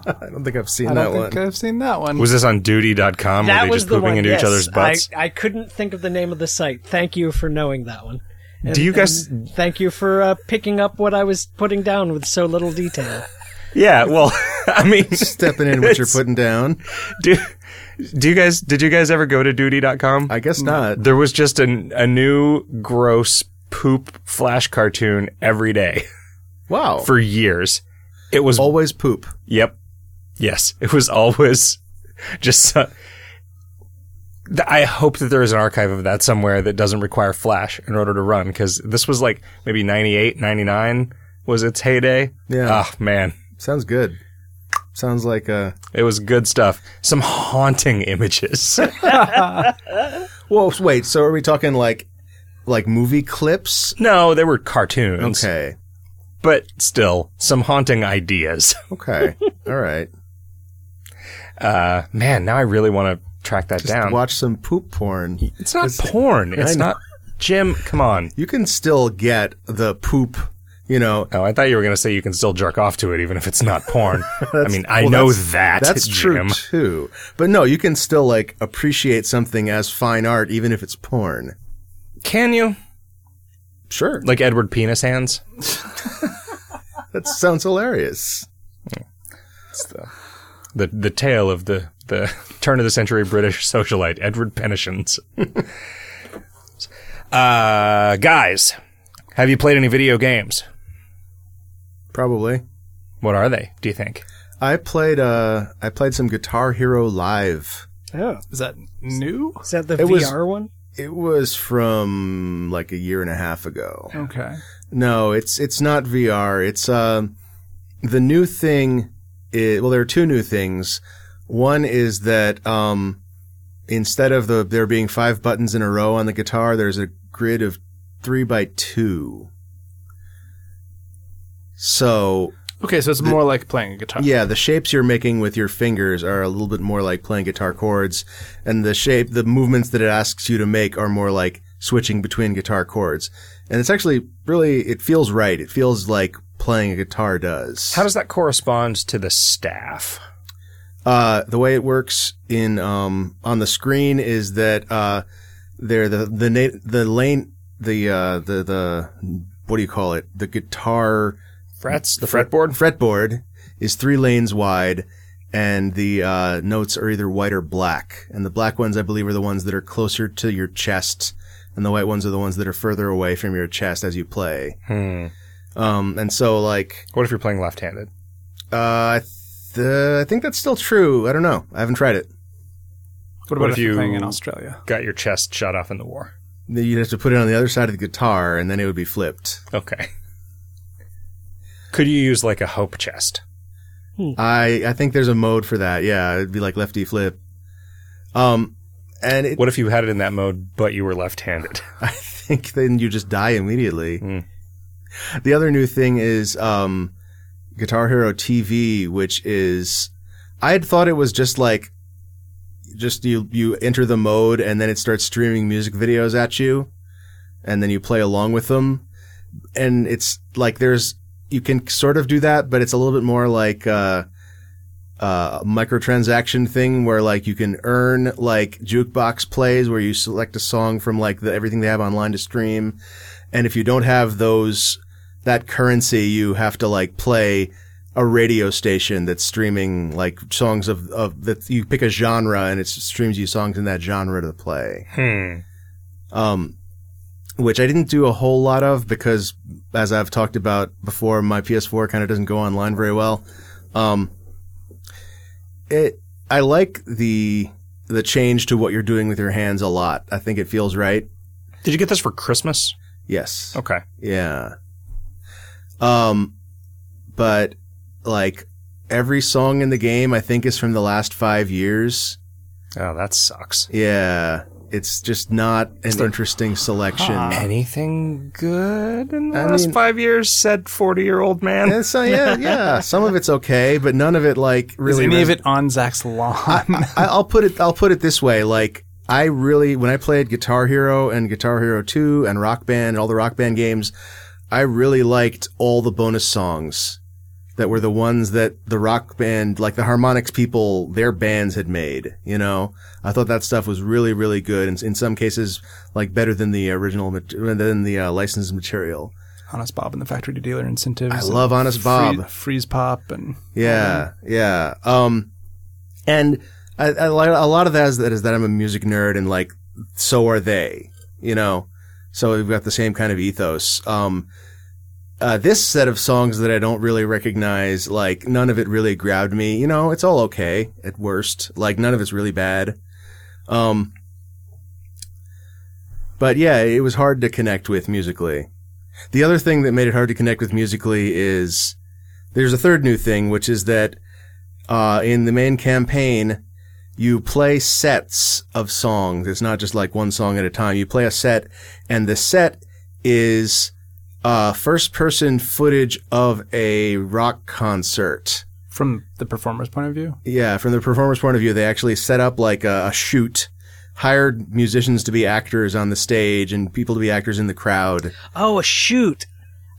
Speaker 3: I don't think I've seen
Speaker 4: I
Speaker 3: that
Speaker 4: don't
Speaker 3: one.
Speaker 4: think I've seen that one.
Speaker 1: was this on duty.com where
Speaker 2: that
Speaker 1: they
Speaker 2: was
Speaker 1: just
Speaker 2: the
Speaker 1: pooping
Speaker 2: one.
Speaker 1: into
Speaker 2: yes,
Speaker 1: each other's butts
Speaker 2: I, I couldn't think of the name of the site. Thank you for knowing that one. And-
Speaker 1: Do you guys-
Speaker 2: and Thank you for uh, picking up what I was putting down with so little detail.
Speaker 1: yeah well i mean
Speaker 3: Stepping in what you're
Speaker 1: It's-
Speaker 3: putting down.
Speaker 1: do, do you guys did you guys ever go to duty.com
Speaker 3: I guess not.
Speaker 1: there was just an, a new gross poop flash cartoon every day
Speaker 3: Wow.
Speaker 1: for years. It was
Speaker 3: Always poop.
Speaker 1: yep, yes, it was always just. Uh, th- I hope that there is an archive of that somewhere that doesn't require flash in order to run because this was like maybe 98, 99 was its heyday.
Speaker 3: Yeah.
Speaker 1: Ah man,
Speaker 3: Sounds good. Sounds like uh
Speaker 1: it was good stuff. Some haunting images.
Speaker 3: Well, wait, so are we talking like like movie clips?
Speaker 1: no, they were cartoons,
Speaker 3: Okay.
Speaker 1: but still some haunting ideas.
Speaker 3: Okay. All right.
Speaker 1: Uh, man, now I really want to track that
Speaker 3: Just
Speaker 1: down.
Speaker 3: watch some poop porn.
Speaker 1: It's not porn. It's
Speaker 3: know.
Speaker 1: not. Jim, come on.
Speaker 3: You can still get the poop, you know.
Speaker 1: Oh, I thought you were going to say you can still jerk off to it even if it's not porn. I mean, I
Speaker 3: well,
Speaker 1: know
Speaker 3: that's-
Speaker 1: that.
Speaker 3: That's true
Speaker 1: Jim.
Speaker 3: too. But no, you can still like appreciate something as fine art even if it's porn.
Speaker 1: Can you?
Speaker 3: Sure.
Speaker 1: Like Edward Penis Hands?
Speaker 3: That sounds hilarious.
Speaker 1: It's the, the, the tale of the, the turn of the century British socialite, Edward Penishans. uh, guys, have you played any video games?
Speaker 3: Probably.
Speaker 1: What are they, do you think?
Speaker 3: I played uh I played some Guitar Hero Live.
Speaker 2: Oh,
Speaker 4: Is that new?
Speaker 2: is that the
Speaker 3: It
Speaker 2: VR
Speaker 3: was-
Speaker 2: one?
Speaker 3: It was from like a year and a half ago.
Speaker 4: Okay.
Speaker 3: No, it's it's not VR. It's uh, the new thing. Is, well, there are two new things. One is that um, instead of the there being five buttons in a row on the guitar, there's a grid of three by two. So
Speaker 4: Okay, so it's more like playing a guitar.
Speaker 3: yeah, the shapes you're making with your fingers are a little bit more like playing guitar chords, and the shape, the movements that it asks you to make are more like switching between guitar chords. And it's actually really, it feels right. It feels like playing a guitar does.
Speaker 1: How does that correspond to the staff?
Speaker 3: Uh, the way it works in um, on the screen is that uh, there the the na- the lane the uh, the the what do you call it? The guitar
Speaker 1: Frets, the fretboard.
Speaker 3: fretboard is three lanes wide, and the uh, notes are either white or black. And the black ones, I believe, are the ones that are closer to your chest, and the white ones are the ones that are further away from your chest as you play.
Speaker 1: Hmm.
Speaker 3: Um, and so, like,
Speaker 1: What if you're playing left-handed?
Speaker 3: uh, I th- uh, I think that's still true. I don't know. I haven't tried it.
Speaker 4: What about
Speaker 1: What if
Speaker 4: if you're
Speaker 1: you-
Speaker 4: playing in Australia?
Speaker 1: Got your chest shot off in the war.
Speaker 3: You'd have to put it on the other side of the guitar, and then it would be flipped.
Speaker 1: Okay. Could you use like a hope chest?
Speaker 3: I I think there's a mode for that. Yeah, it'd be like lefty flip. Um, and it,
Speaker 1: What if you had it in that mode, but you were left-handed?
Speaker 3: I think then you just die immediately.
Speaker 1: Mm.
Speaker 3: The other new thing is um, Guitar Hero TV, which is I had thought it was just like just you you enter the mode and then it starts streaming music videos at you, and then you play along with them, and it's like there's you can sort of do that, but it's a little bit more like. Uh, uh, microtransaction thing where like you can earn like jukebox plays where you select a song from like the, everything they have online to stream, and if you don't have those that currency, you have to like play a radio station that's streaming like songs of, of that you pick a genre and it streams you songs in that genre to play
Speaker 1: Hmm.
Speaker 3: um, which I didn't do a whole lot of because, as I've talked about before, my PS4 kind of doesn't go online very well. Um, it I like the the change to what you're doing with your hands a lot. I think it feels right.
Speaker 1: Did you get this for Christmas?
Speaker 3: Yes.
Speaker 1: Okay.
Speaker 3: Yeah. Um, but like every song in the game, I think is from the last five years.
Speaker 1: Oh, that sucks.
Speaker 3: Yeah, it's just not an
Speaker 1: there-
Speaker 3: interesting selection.
Speaker 4: Huh.
Speaker 1: Anything good in the
Speaker 3: I
Speaker 1: last
Speaker 3: mean-
Speaker 1: five years? Said forty-year-old man.
Speaker 3: And so yeah, yeah. Some of it's okay, but none of it like really.
Speaker 4: Is any of
Speaker 3: res-
Speaker 4: it on Zach's lawn?
Speaker 3: I, I'll put it. I'll put it this way. Like I really, when I played Guitar Hero and Guitar Hero Two and Rock Band and all the Rock Band games, I really liked all the bonus songs that were the ones that the Rock Band, like the Harmonix people, their bands had made. You know, I thought that stuff was really, really good, and in some cases, like better than the original, mat- than the uh, licensed material.
Speaker 4: Honest Bob and the Factory to Dealer incentives.
Speaker 3: I
Speaker 4: and
Speaker 3: love Honest Bob.
Speaker 4: Free- freeze Pop and
Speaker 3: Yeah, yeah. Um, and I, I, li- a lot of that is, that is that I'm a music nerd, and like, so are they. You know, so we've got the same kind of ethos. Um, uh, this set of songs that I don't really recognize, like none of it really grabbed me. You know, it's all okay at worst. Like none of it's really bad. Um, but yeah, it was hard to connect with musically. The other thing that made it hard to connect with musically is there's a third new thing, which is that uh, in the main campaign, you play sets of songs. It's not just like one song at a time. You play a set, and the set is uh, first person footage of a rock concert.
Speaker 4: from the performer's point of view.
Speaker 3: Yeah, from the performer's point of view, they actually set up like a, a shoot, hired musicians to be actors on the stage and people to be actors in the crowd.
Speaker 2: Oh, a shoot.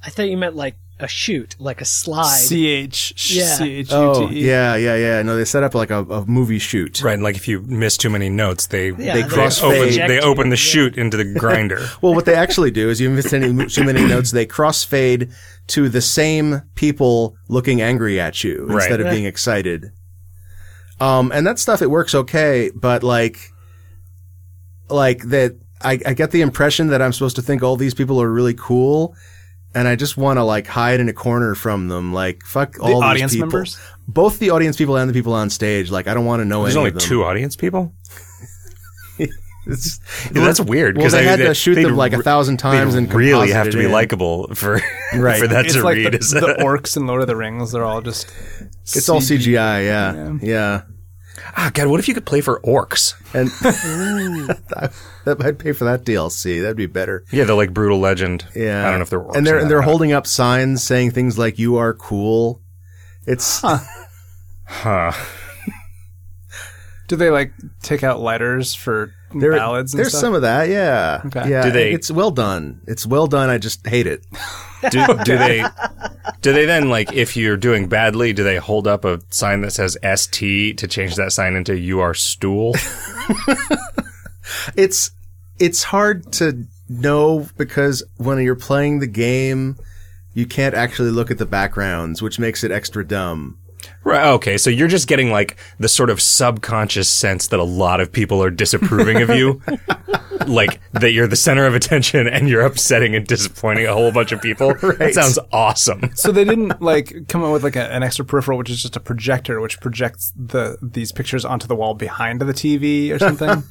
Speaker 2: I thought you meant like a shoot, like a slide.
Speaker 4: C H
Speaker 2: Yeah.
Speaker 4: C H
Speaker 3: Oh,
Speaker 4: U T E.
Speaker 3: yeah, yeah, yeah. No, they set up like a, a movie shoot.
Speaker 1: Right, and like if you miss too many notes, they
Speaker 2: they
Speaker 1: they,
Speaker 3: crossfade.
Speaker 1: open they
Speaker 2: Eject
Speaker 1: open
Speaker 2: you,
Speaker 1: the
Speaker 2: yeah.
Speaker 1: chute into the grinder.
Speaker 3: Well, what they actually do is you miss any, too many notes, they crossfade to the same people looking angry at you
Speaker 1: Right.
Speaker 3: instead of
Speaker 2: Right.
Speaker 3: being excited. Um, and that stuff, it works okay, but like, like that, I, I get the impression that I'm supposed to think all these people are really cool. And I just want to like hide in a corner from them. Like, fuck
Speaker 4: The
Speaker 3: all these
Speaker 4: audience
Speaker 3: people.
Speaker 4: members.
Speaker 3: Both the audience people and the people on stage. Like, I don't want to know
Speaker 1: There's
Speaker 3: any
Speaker 1: only
Speaker 3: of them.
Speaker 1: two audience people.
Speaker 3: It's-
Speaker 1: Yeah, that's weird
Speaker 3: Well,
Speaker 1: because
Speaker 3: they
Speaker 1: I
Speaker 3: had
Speaker 1: mean,
Speaker 3: to shoot
Speaker 1: they'd
Speaker 3: them like a
Speaker 1: re-
Speaker 3: thousand times
Speaker 1: they'd
Speaker 3: and
Speaker 1: really
Speaker 3: composite
Speaker 1: have to
Speaker 3: it
Speaker 1: be
Speaker 3: in.
Speaker 1: likable for
Speaker 3: Right.
Speaker 1: for that
Speaker 4: It's
Speaker 1: to
Speaker 4: like
Speaker 1: read.
Speaker 4: the,
Speaker 1: as
Speaker 4: the orcs in Lord of the Rings. They're all just.
Speaker 3: It's all CGI, yeah.
Speaker 4: Yeah.
Speaker 3: Yeah.
Speaker 1: ah, God, what if you could play for orcs?
Speaker 3: And that, I'd pay for that DLC. That'd be better.
Speaker 1: Yeah, the like brutal legend.
Speaker 3: Yeah.
Speaker 1: I don't know if they're orcs
Speaker 3: And
Speaker 1: or
Speaker 3: they're
Speaker 1: not,
Speaker 3: and they're
Speaker 1: but-
Speaker 3: holding up signs saying things like you are cool. It's
Speaker 1: Huh.
Speaker 4: Do they like take out lighters for
Speaker 3: there,
Speaker 4: ballads? And
Speaker 3: there's
Speaker 4: stuff?
Speaker 3: some of that, yeah.
Speaker 4: Okay.
Speaker 3: Yeah.
Speaker 1: Do they-
Speaker 3: it's well done. It's well done. I just hate it.
Speaker 1: Do, do they do they then like if you're doing badly, do they hold up a sign that says ST to change that sign into you are stool?
Speaker 3: It's it's hard to No, because when you're playing the game, you can't actually look at the backgrounds, which makes it extra dumb.
Speaker 1: Right. Okay. So you're just getting like the sort of subconscious sense that a lot of people are disapproving of you, like that you're the center of attention and you're upsetting and disappointing a whole bunch of people. That sounds awesome.
Speaker 4: So they didn't like come up with like a, an extra peripheral, which is just a projector, which projects the these pictures onto the wall behind the TV or something.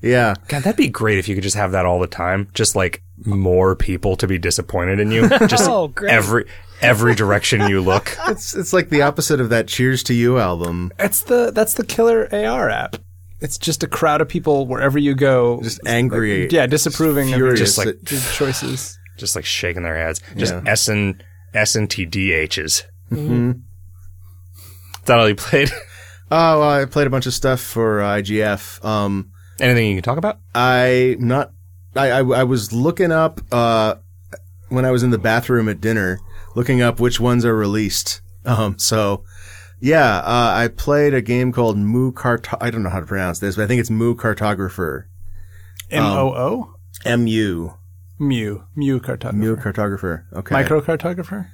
Speaker 3: Yeah.
Speaker 1: God, that'd be great if you could just have that all the time. Just like more people to be disappointed in you. Just
Speaker 2: Oh, great.
Speaker 1: every every direction you look.
Speaker 3: It's it's like the opposite of that Cheers to You album.
Speaker 4: it's the that's the killer AR app. It's just a crowd of people wherever you go.
Speaker 3: Just angry.
Speaker 4: yeah, disapproving of your,
Speaker 3: Furious.
Speaker 1: Just like-
Speaker 3: at-
Speaker 4: your choices.
Speaker 1: Just like shaking their heads. Just
Speaker 3: Yeah.
Speaker 1: S and S and T D H's. Mm-hmm. Is that all you played?
Speaker 3: oh, well, I played a bunch of stuff for uh, IGF. Um,
Speaker 1: Anything you can talk about?
Speaker 3: I not I, I I was looking up uh when I was in the bathroom at dinner, looking up which ones are released. Um so yeah, uh, I played a game called Moo Carto- I don't know how to pronounce this, but I think it's Moo Cartographer.
Speaker 4: M O O
Speaker 3: M U.
Speaker 4: Mu Mu cartographer.
Speaker 3: Moo Cartographer. Okay.
Speaker 4: Microcartographer.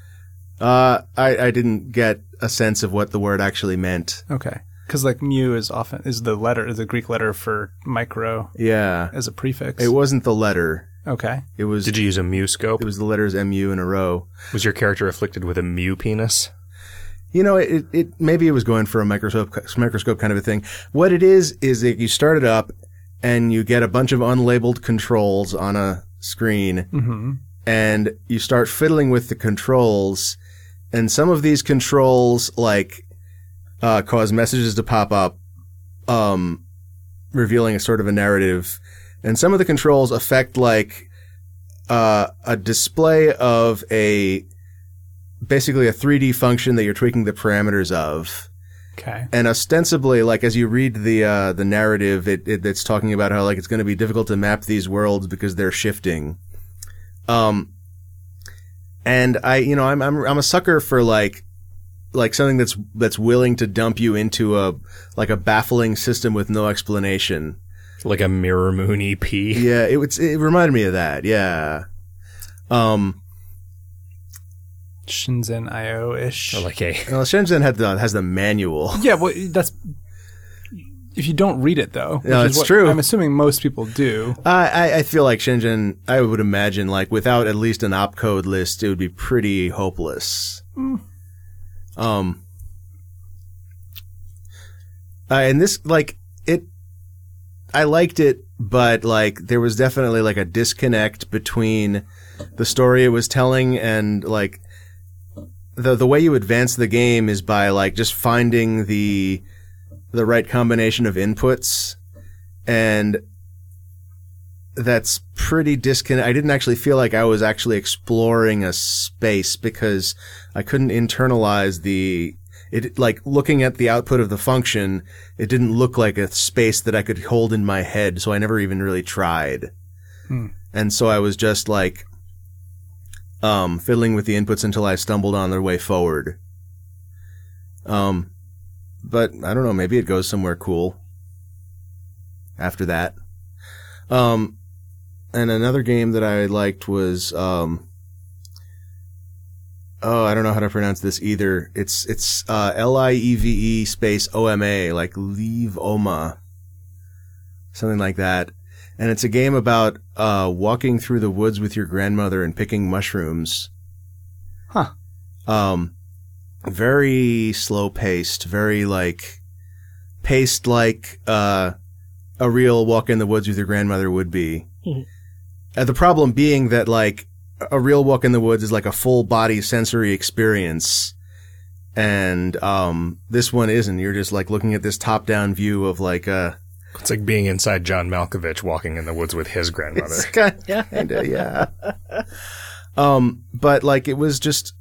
Speaker 3: uh I I didn't get a sense of what the word actually meant.
Speaker 4: Okay, because like mu is often is the letter is the Greek letter for micro
Speaker 3: Yeah.
Speaker 4: as a prefix.
Speaker 3: It wasn't the letter.
Speaker 4: okay,
Speaker 3: It was
Speaker 1: Did you use a mu scope?
Speaker 3: it was the letters M U in a row.
Speaker 1: Was your character afflicted with a mu penis?
Speaker 3: You know, it, it maybe it was going for a microscope microscope kind of a thing. What it is is that you start it up and you get a bunch of unlabeled controls on a screen
Speaker 4: hmm
Speaker 3: and you start fiddling with the controls and some of these controls like uh, cause messages to pop up um, revealing a sort of a narrative and some of the controls affect like uh, a display of a basically a 3d function that you're tweaking the parameters of
Speaker 4: okay,
Speaker 3: and ostensibly, like as you read the uh, the narrative, it, it it's talking about how like it's going to be difficult to map these worlds because they're shifting. Um, and I, you know, I'm I'm I'm a sucker for like like something that's that's willing to dump you into a like a baffling system with no explanation.
Speaker 1: Like a mirror moon E EP?
Speaker 3: Yeah, it was. It reminded me of that. Yeah. Um.
Speaker 4: Shenzhen IO ish.
Speaker 1: Or like a
Speaker 3: Well, Shenzhen had the has the manual.
Speaker 4: Yeah, well, that's if you don't read it though.
Speaker 3: No,
Speaker 4: which is
Speaker 3: it's
Speaker 4: what
Speaker 3: true.
Speaker 4: I'm assuming most people do.
Speaker 3: I, I- I feel like Shenzhen, I would imagine, like, without at least an opcode list, it would be pretty hopeless. Um, uh, and this, like, it, I liked it, but, like, there was definitely, like, a disconnect between the story it was telling and, like, the, the way you advance the game is by, like, just finding the, the right combination of inputs. And that's pretty disconnect. I didn't actually feel like I was actually exploring a space because I couldn't internalize the it like looking at the output of the function. It didn't look like a space that I could hold in my head, so I never even really tried.
Speaker 4: Hmm.
Speaker 3: And so I was just like um, fiddling with the inputs until I stumbled on their way forward. Um, but I don't know. Maybe it goes somewhere cool after that. Um, and another game that I liked was um, oh, I don't know how to pronounce this either. It's it's uh, L I E V E space O M A, like Leave Oma, something like that. And it's a game about uh, walking through the woods with your grandmother and picking mushrooms.
Speaker 4: Huh.
Speaker 3: Um, very slow paced, very like paced like uh a real walk in the woods with your grandmother would be.
Speaker 2: Mhm.
Speaker 3: Uh, the problem being that like a real walk in the woods is like a full body sensory experience. And um, this one isn't. You're just like looking at this top down view of like uh, a.
Speaker 1: It's like being inside John Malkovich walking in the woods with his grandmother.
Speaker 3: It's kind of, yeah. um, but like it was just.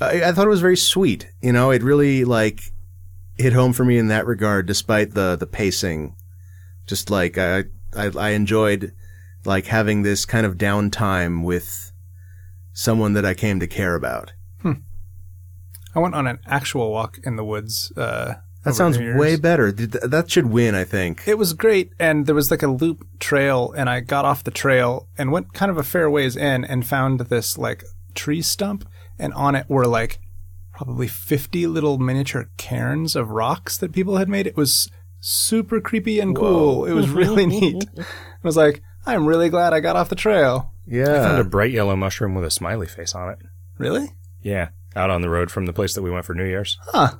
Speaker 3: I, I thought it was very sweet. You know, it really like hit home for me in that regard, despite the the pacing. Just like I I, I enjoyed like having this kind of downtime with someone that I came to care about.
Speaker 4: I went on an actual walk in the woods uh,
Speaker 3: That
Speaker 4: over
Speaker 3: sounds
Speaker 4: New Year's.
Speaker 3: way better. Th- th- That should win, I think.
Speaker 4: It was great, and there was like a loop trail, and I got off the trail and went kind of a fair ways in and found this like tree stump, and on it were like probably 50 little miniature cairns of rocks that people had made. It was super creepy and cool. It was really neat. I was like, I'm really glad I got off the trail.
Speaker 1: I found a
Speaker 3: Yeah.
Speaker 1: bright yellow mushroom with a smiley face on it.
Speaker 4: Really?
Speaker 1: Yeah, out on the road from the place that we went for New Year's.
Speaker 4: Huh.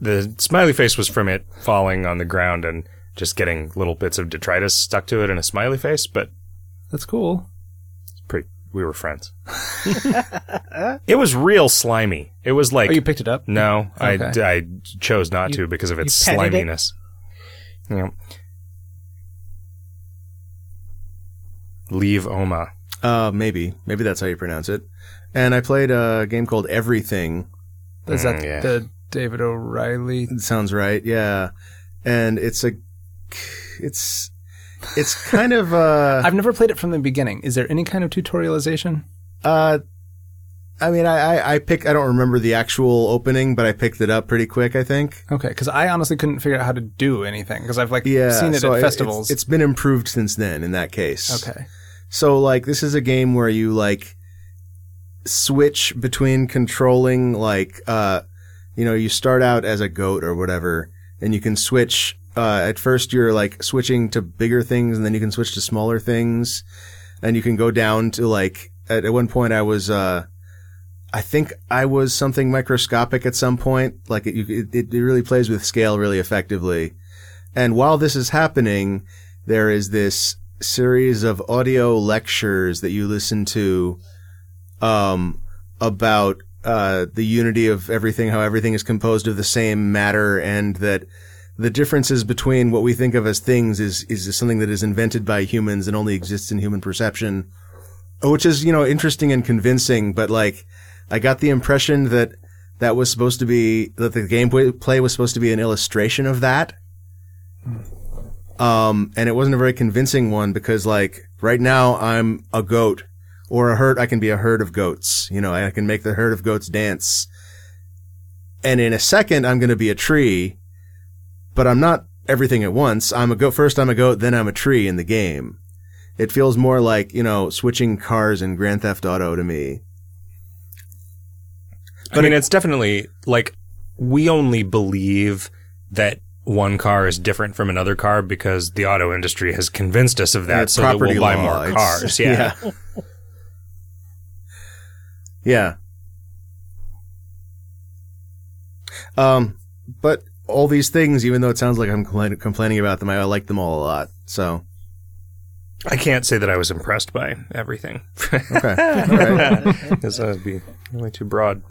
Speaker 1: The smiley face was from it falling on the ground and just getting little bits of detritus stuck to it in a smiley face, but
Speaker 4: That's cool.
Speaker 1: it's pretty, we were friends. it was real slimy. It was like
Speaker 4: oh, you picked it up?
Speaker 1: no,
Speaker 4: Okay.
Speaker 1: I, I chose not to because of its
Speaker 2: you petted it?
Speaker 1: sliminess. Yeah. Leave Oma.
Speaker 3: Uh, maybe. Maybe that's how you pronounce it. And I played a game called Everything.
Speaker 4: Is that
Speaker 1: Mm, yeah.
Speaker 4: the David O'Reilly?
Speaker 3: It sounds right. Yeah. And it's a. It's. It's kind of. Uh,
Speaker 4: I've never played it from the beginning. Is there any kind of tutorialization?
Speaker 3: Uh, I mean, I, I, I pick. I don't remember the actual opening, but I picked it up pretty quick. I think.
Speaker 4: Okay, because I honestly couldn't figure out how to do anything because I've like
Speaker 3: Yeah,
Speaker 4: seen it
Speaker 3: so
Speaker 4: at
Speaker 3: it's-
Speaker 4: festivals.
Speaker 3: it's been improved since then. In that case,
Speaker 4: okay,
Speaker 3: So like, this is a game where you like switch between controlling like, uh, you know, you start out as a goat or whatever, and you can switch. Uh, at first, you're like switching to bigger things, and then you can switch to smaller things, and you can go down to like. At, at one point, I was. Uh, I think I was something microscopic at some point. Like it, you- it, it really plays with scale really effectively. And while this is happening, there is this series of audio lectures that you listen to, um, about uh, the unity of everything, how everything is composed of the same matter, and that the differences between what we think of as things is is something that is invented by humans and only exists in human perception, which is you know interesting and convincing. But like, I got the impression that that was supposed to be that the gameplay play was supposed to be an illustration of that. Um, and it wasn't a very convincing one because like right now I'm a goat or a herd. I can be a herd of goats. You know, I can make the herd of goats dance. And in a second, I'm going to be a tree, but I'm not everything at once. I'm a goat. First, I'm a goat. Then I'm a tree in the game. It feels more like, you know, switching cars in Grand Theft Auto to me.
Speaker 1: I mean, it's definitely like we only believe that one car is different from another car because the auto industry has convinced us of
Speaker 3: Yeah,
Speaker 1: that, so that
Speaker 3: property
Speaker 1: we'll buy
Speaker 3: law,
Speaker 1: more
Speaker 3: it's-
Speaker 1: cars. Yeah.
Speaker 3: Yeah. Yeah. Um, but all these things, even though it sounds like I'm compla- complaining about them, I like them all a lot. So
Speaker 1: I can't say that I was impressed by everything.
Speaker 3: okay, all right.
Speaker 1: Because that would be way too broad.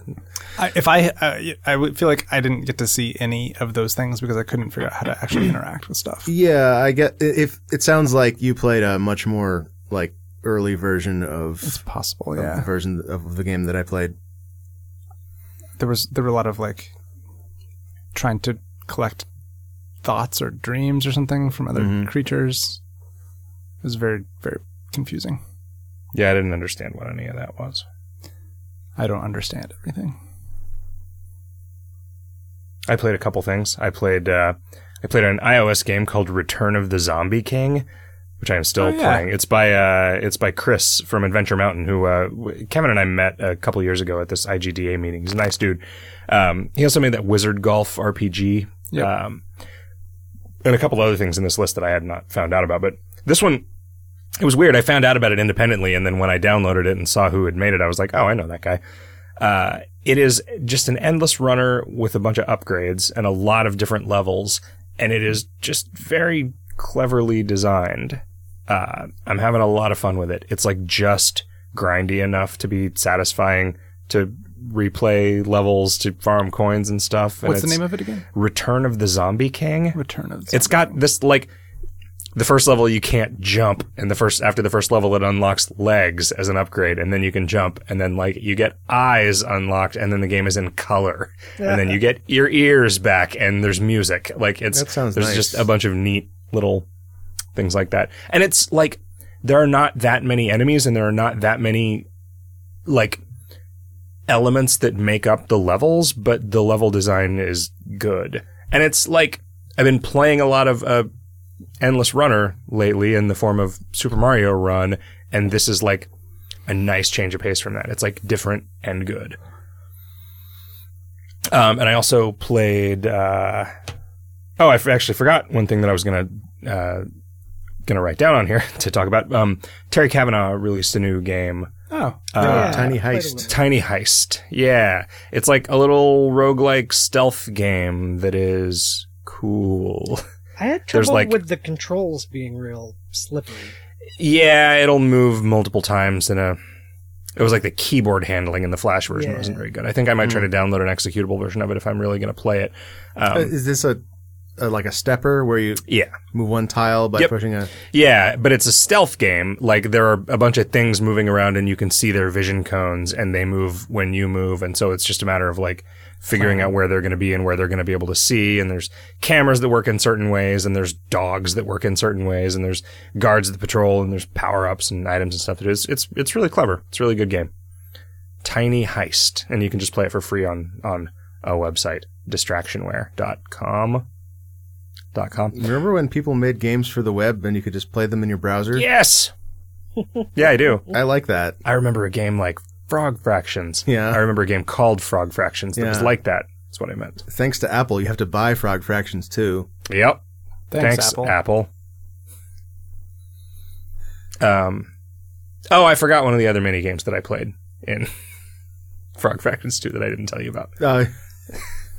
Speaker 4: I, if I, I I would feel like I didn't get to see any of those things because I couldn't figure out how to actually interact with stuff.
Speaker 3: yeah, I get. i- If it sounds like you played a much more like early version
Speaker 4: It's
Speaker 3: of,
Speaker 4: possible,
Speaker 3: of the
Speaker 4: yeah.
Speaker 3: version of the game that I played.
Speaker 4: There was there were a lot of like trying to collect thoughts or dreams or something from other
Speaker 3: Mhm.
Speaker 4: creatures. It was very very confusing.
Speaker 1: Yeah, I didn't understand what any of that was.
Speaker 4: I don't understand everything.
Speaker 1: I played a couple things. I played uh, I played an iOS game called Return of the Zombie King, which I am still
Speaker 4: Oh, yeah.
Speaker 1: playing. It's by uh, it's by Chris from Adventure Mountain, who uh, w- Kevin and I met a couple years ago at this IGDA meeting. He's a nice dude. Um, he also made that Wizard Golf RPG,
Speaker 4: Yep.
Speaker 1: um, and a couple other things in this list that I had not found out about. But this one. It was weird. I found out about it independently, and then when I downloaded it and saw who had made it, I was like, "Oh, I know that guy." Uh, it is just an endless runner with a bunch of upgrades and a lot of different levels, and it is just very cleverly designed. Uh, I'm having a lot of fun with it. It's like just grindy enough to be satisfying to replay levels, to farm coins and stuff. And
Speaker 4: What's the
Speaker 1: it's
Speaker 4: name of it again?
Speaker 1: Return of the Zombie King?
Speaker 4: Return of. the
Speaker 1: It's got this like the first level you can't jump, and the first after the first level it unlocks legs as an upgrade, and then you can jump, and then like you get eyes unlocked, and then the game is in color, and then you get your ears back, and there's music. Like it's
Speaker 3: That sounds
Speaker 1: there's
Speaker 3: nice.
Speaker 1: just a bunch of neat little things like that, and it's like there are not that many enemies, and there are not that many like elements that make up the levels, but the level design is good. And it's like I've been playing a lot of uh, Endless Runner lately in the form of Super Mario Run, and this is like a nice change of pace from that. It's like different and good. Um, and I also played. Uh, oh, I f- actually forgot one thing that I was gonna uh, gonna write down on here to talk about. Um, Terry Kavanaugh released a new game.
Speaker 4: Oh,
Speaker 1: Uh,
Speaker 2: Yeah.
Speaker 3: Tiny
Speaker 2: I played a
Speaker 3: Heist.
Speaker 1: Tiny Heist. Yeah. It's like a little roguelike stealth game that is cool.
Speaker 2: I had
Speaker 1: There's,
Speaker 2: trouble
Speaker 1: like-
Speaker 2: with the controls being real slippery.
Speaker 1: Yeah, it'll move multiple times in a. It was like the keyboard handling in the Flash version
Speaker 2: Yeah.
Speaker 1: wasn't very good. I think I might try to download an executable version of it if I'm really going to play it.
Speaker 3: Uh,
Speaker 1: Um,
Speaker 3: Is this a, a like a stepper where you
Speaker 1: yeah.
Speaker 3: move one tile by
Speaker 1: Yep.
Speaker 3: pushing a?
Speaker 1: Yeah, but it's a stealth game. Like there are a bunch of things moving around and you can see their vision cones and they move when you move and so it's just a matter of like figuring out where they're going to be and where they're going to be able to see and there's cameras that work in certain ways and there's dogs that work in certain ways and there's guards that patrol and there's power-ups and items and stuff that is it's it's really clever. It's a really good game. Tiny Heist and you can just play it for free on on a website distractionware.com dot com
Speaker 3: Remember when people made games for the web and you could just play them in your browser?
Speaker 1: Yes. yeah, I do.
Speaker 3: I like that.
Speaker 1: I remember a game like Frog Fractions.
Speaker 3: Yeah.
Speaker 1: I remember a game called Frog Fractions that was
Speaker 3: Yeah.
Speaker 1: like that. That's what I meant.
Speaker 3: Thanks to Apple, you have to buy Frog Fractions too.
Speaker 1: Yep.
Speaker 4: thanks,
Speaker 1: Thanks,
Speaker 4: Apple.
Speaker 1: Apple. Um, oh, I forgot one of the other mini games that I played in Frog Fractions 2 that I didn't tell you about.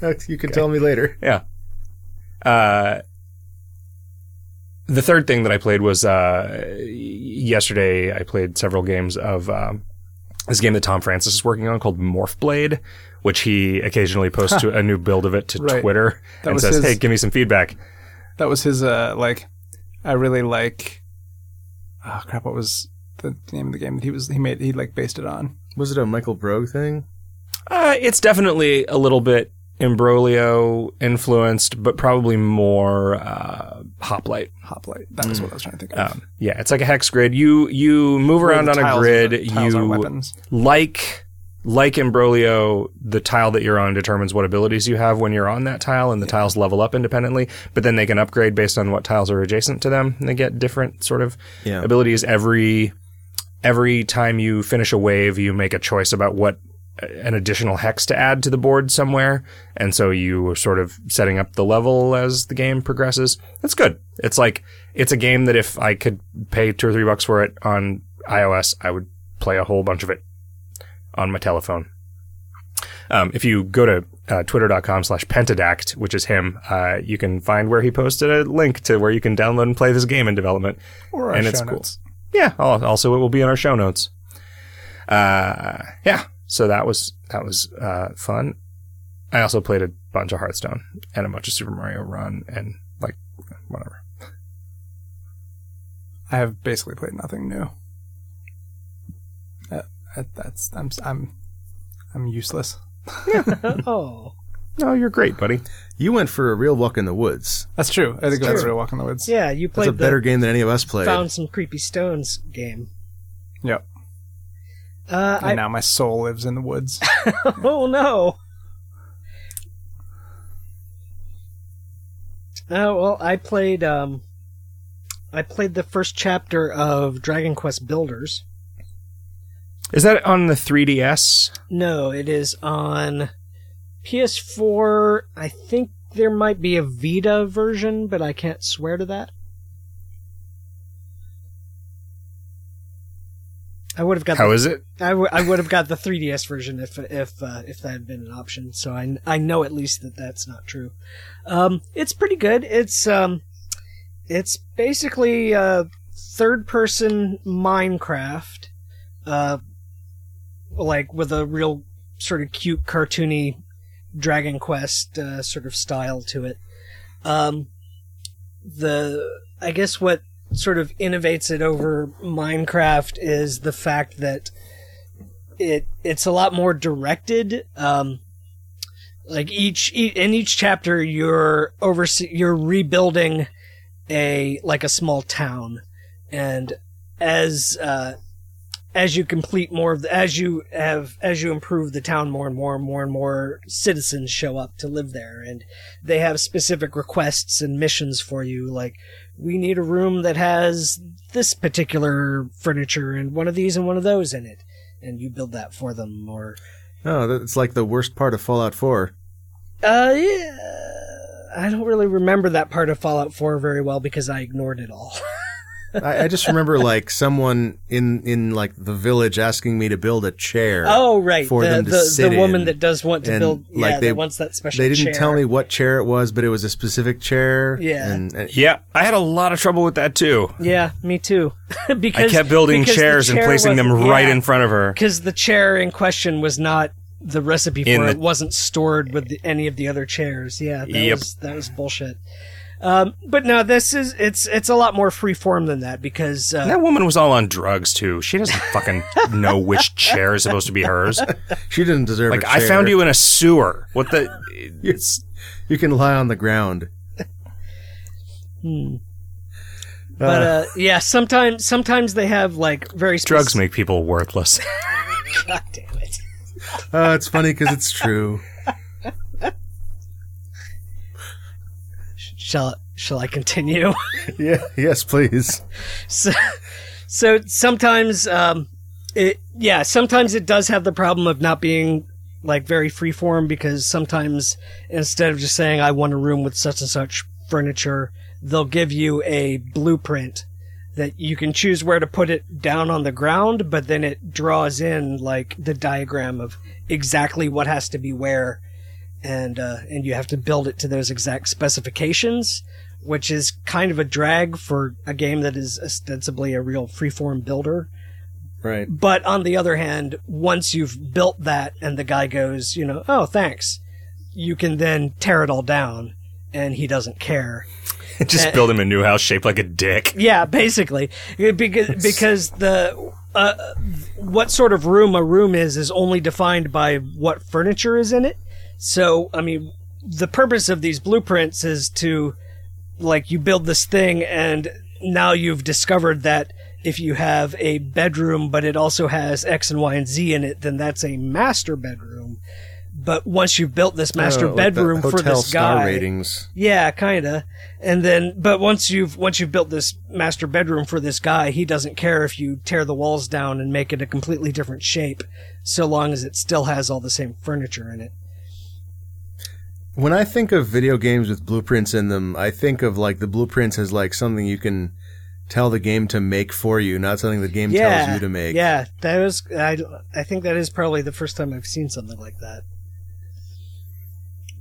Speaker 3: Uh, you can tell me later.
Speaker 1: Uh, the third thing that I played was uh, y- yesterday. I played several games of um, this game that Tom Francis is working on called Morph Blade, which he occasionally posts to a new build of it to
Speaker 4: Right.
Speaker 1: Twitter
Speaker 4: That
Speaker 1: and
Speaker 4: was
Speaker 1: says,
Speaker 4: his-
Speaker 1: "Hey, give me some feedback."
Speaker 4: That was his uh like I really like oh crap, what was the name of the game that he was he made he like based it on?
Speaker 3: Was it a Michael Brogue thing?
Speaker 1: Uh, it's definitely a little bit Imbroglio influenced, but probably more uh, Hoplite.
Speaker 4: Hoplite. That was what I was trying to think of.
Speaker 1: Um, yeah, it's like a hex grid. You you move
Speaker 4: Where
Speaker 1: around
Speaker 4: the
Speaker 1: on a
Speaker 4: tiles are-
Speaker 1: grid.
Speaker 4: the tiles are
Speaker 1: you
Speaker 4: weapons.
Speaker 1: like like Imbroglio, the tile that you're on determines what abilities you have when you're on that tile, and the tiles level up independently. But then they can upgrade based on what tiles are adjacent to them. And they get different sort of
Speaker 3: Yeah.
Speaker 1: abilities every every time you finish a wave. You make a choice about what uh, an additional hex to add to the board somewhere, and so you are sort of setting up the level as the game progresses. That's good. It's like it's a game that if I could pay two or three bucks for it on iOS, I would play a whole bunch of it on my telephone. Um, if you go to uh, twitter.com slash pentadact, which is him, uh, you can find where he posted a link to where you can download and play this game in development.
Speaker 4: Or our
Speaker 1: and it's
Speaker 4: show
Speaker 1: cool.
Speaker 4: notes.
Speaker 1: Yeah, al- also it will be in our show notes. Uh, yeah, so that was that was uh, fun. I also played a bunch of Hearthstone and a bunch of Super Mario Run and like whatever.
Speaker 4: I have basically played nothing new. Uh, uh, that's I'm I'm I'm useless.
Speaker 2: oh,
Speaker 1: No, you're great, buddy.
Speaker 3: You went for a real walk in the woods.
Speaker 4: That's true. I think that's
Speaker 2: true.
Speaker 4: real walk in the woods.
Speaker 2: yeah, you
Speaker 3: That's
Speaker 2: played
Speaker 3: a better game than any of us
Speaker 2: the
Speaker 3: played.
Speaker 2: found some creepy stones game.
Speaker 4: Yep.
Speaker 2: Uh,
Speaker 4: And
Speaker 2: I,
Speaker 4: now my soul lives in the woods.
Speaker 2: oh no. Oh well, I played. Um, I played the first chapter of Dragon Quest Builders.
Speaker 1: Is that on the 3DS?
Speaker 2: No, it is on PS4. I think there might be a Vita version, but I can't swear to that. I would have got
Speaker 1: How is it?
Speaker 2: I, w- I would have got the 3DS version if if uh, if that had been an option. So I, I know at least that that's not true. Um, it's pretty good. It's um, it's basically uh, third person Minecraft, uh, like with a real sort of cute cartoony Dragon Quest uh, sort of style to it. Um, the I guess what sort of innovates it over Minecraft is the fact that it it's a lot more directed um like each e- in each chapter you're overse- you're rebuilding a like a small town and as uh as you complete more of the, as you have as you improve the town more and more and more and more citizens show up to live there and they have specific requests and missions for you like we need a room that has this particular furniture and one of these and one of those in it and you build that for them or
Speaker 3: Oh, that's like the worst part of Fallout 4.
Speaker 2: uh yeah I don't really remember that part of Fallout 4 very well because I ignored it all
Speaker 3: I, I just remember like someone in in like the village asking me to build a chair.
Speaker 2: Oh, right.
Speaker 3: for
Speaker 2: the,
Speaker 3: them to
Speaker 2: the,
Speaker 3: sit
Speaker 2: the woman
Speaker 3: in.
Speaker 2: that does want to
Speaker 3: And,
Speaker 2: build,
Speaker 3: like,
Speaker 2: yeah,
Speaker 3: they-
Speaker 2: that wants that special
Speaker 3: They didn't
Speaker 2: chair.
Speaker 3: tell me what chair it was, but it was a specific chair.
Speaker 2: Yeah.
Speaker 3: And, and-
Speaker 1: Yeah, I had a lot of trouble with that too.
Speaker 2: Yeah, me too.
Speaker 1: I
Speaker 2: because
Speaker 1: kept building chairs and placing them right in front of her.
Speaker 2: Because the chair in question was not the recipe
Speaker 1: In
Speaker 2: for
Speaker 1: the-
Speaker 2: it wasn't stored with the, any of the other chairs. Yeah, that
Speaker 1: Yep.
Speaker 2: was that was bullshit. Um, but no, this is it's it's a lot more free form than that because uh,
Speaker 1: And that woman was all on drugs too. She doesn't fucking know which chair is supposed to be hers.
Speaker 3: she didn't deserve
Speaker 1: Like
Speaker 3: a
Speaker 1: I
Speaker 3: chair.
Speaker 1: found you in a sewer. What the? It's
Speaker 3: You can lie on the ground.
Speaker 2: hmm. but uh, yeah, sometimes sometimes they have like very spec-
Speaker 1: drugs make people worthless.
Speaker 2: God damn it. Uh,
Speaker 3: Oh, it's funny because it's true.
Speaker 2: Shall shall I continue?
Speaker 3: Yeah. Yes, please.
Speaker 2: so, so sometimes um it yeah sometimes it does have the problem of not being like very free form because sometimes instead of just saying i want a room with such and such furniture they'll give you a blueprint that you can choose where to put it down on the ground but then it draws in like the diagram of exactly what has to be where and uh, and you have to build it to those exact specifications which is kind of a drag for a game that is ostensibly a real freeform builder.
Speaker 3: Right.
Speaker 2: But on the other hand, once you've built that and the guy goes, you know, oh, thanks, you can then tear it all down and he doesn't care.
Speaker 1: Just build him a new house shaped like a dick.
Speaker 2: Yeah, basically, because because the uh, what sort of room a room is is only defined by what furniture is in it. So, I mean, the purpose of these blueprints is to like you build this thing and now you've discovered that if you have a bedroom but it also has x and y and z in it then that's a master bedroom but once you've built this master
Speaker 3: Oh, like the
Speaker 2: bedroom for
Speaker 3: hotel
Speaker 2: this
Speaker 3: star
Speaker 2: guy
Speaker 3: ratings.
Speaker 2: yeah, kinda. And then, but once you've once you've built this master bedroom for this guy, he doesn't care if you tear the walls down and make it a completely different shape, so long as it still has all the same furniture in it.
Speaker 3: When I think of video games with blueprints in them, I think of like the blueprints as like something you can tell the game to make for you, not something the game
Speaker 2: yeah,
Speaker 3: tells you to make.
Speaker 2: yeah, that was. I I think that is probably the first time I've seen something like that.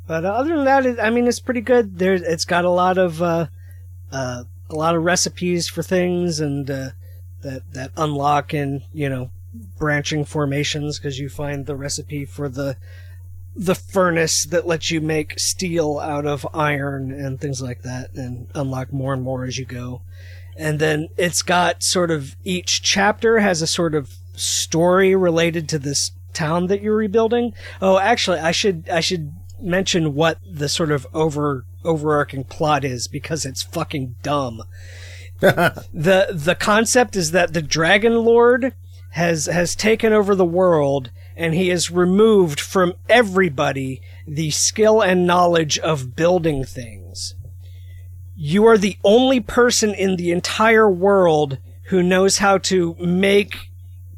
Speaker 2: But other than that, it, I mean, it's pretty good. There, it's got a lot of uh, uh, a lot of recipes for things and uh, that that unlock and you know branching formations because you find the recipe for the the furnace that lets you make steel out of iron and things like that and unlock more and more as you go and then it's got sort of each chapter has a sort of story related to this town that you're rebuilding oh actually i should i should mention what the sort of over overarching plot is because it's fucking dumb the the concept is that the dragon lord has has taken over the world and he has removed from everybody the skill and knowledge of building things you are the only person in the entire world who knows how to make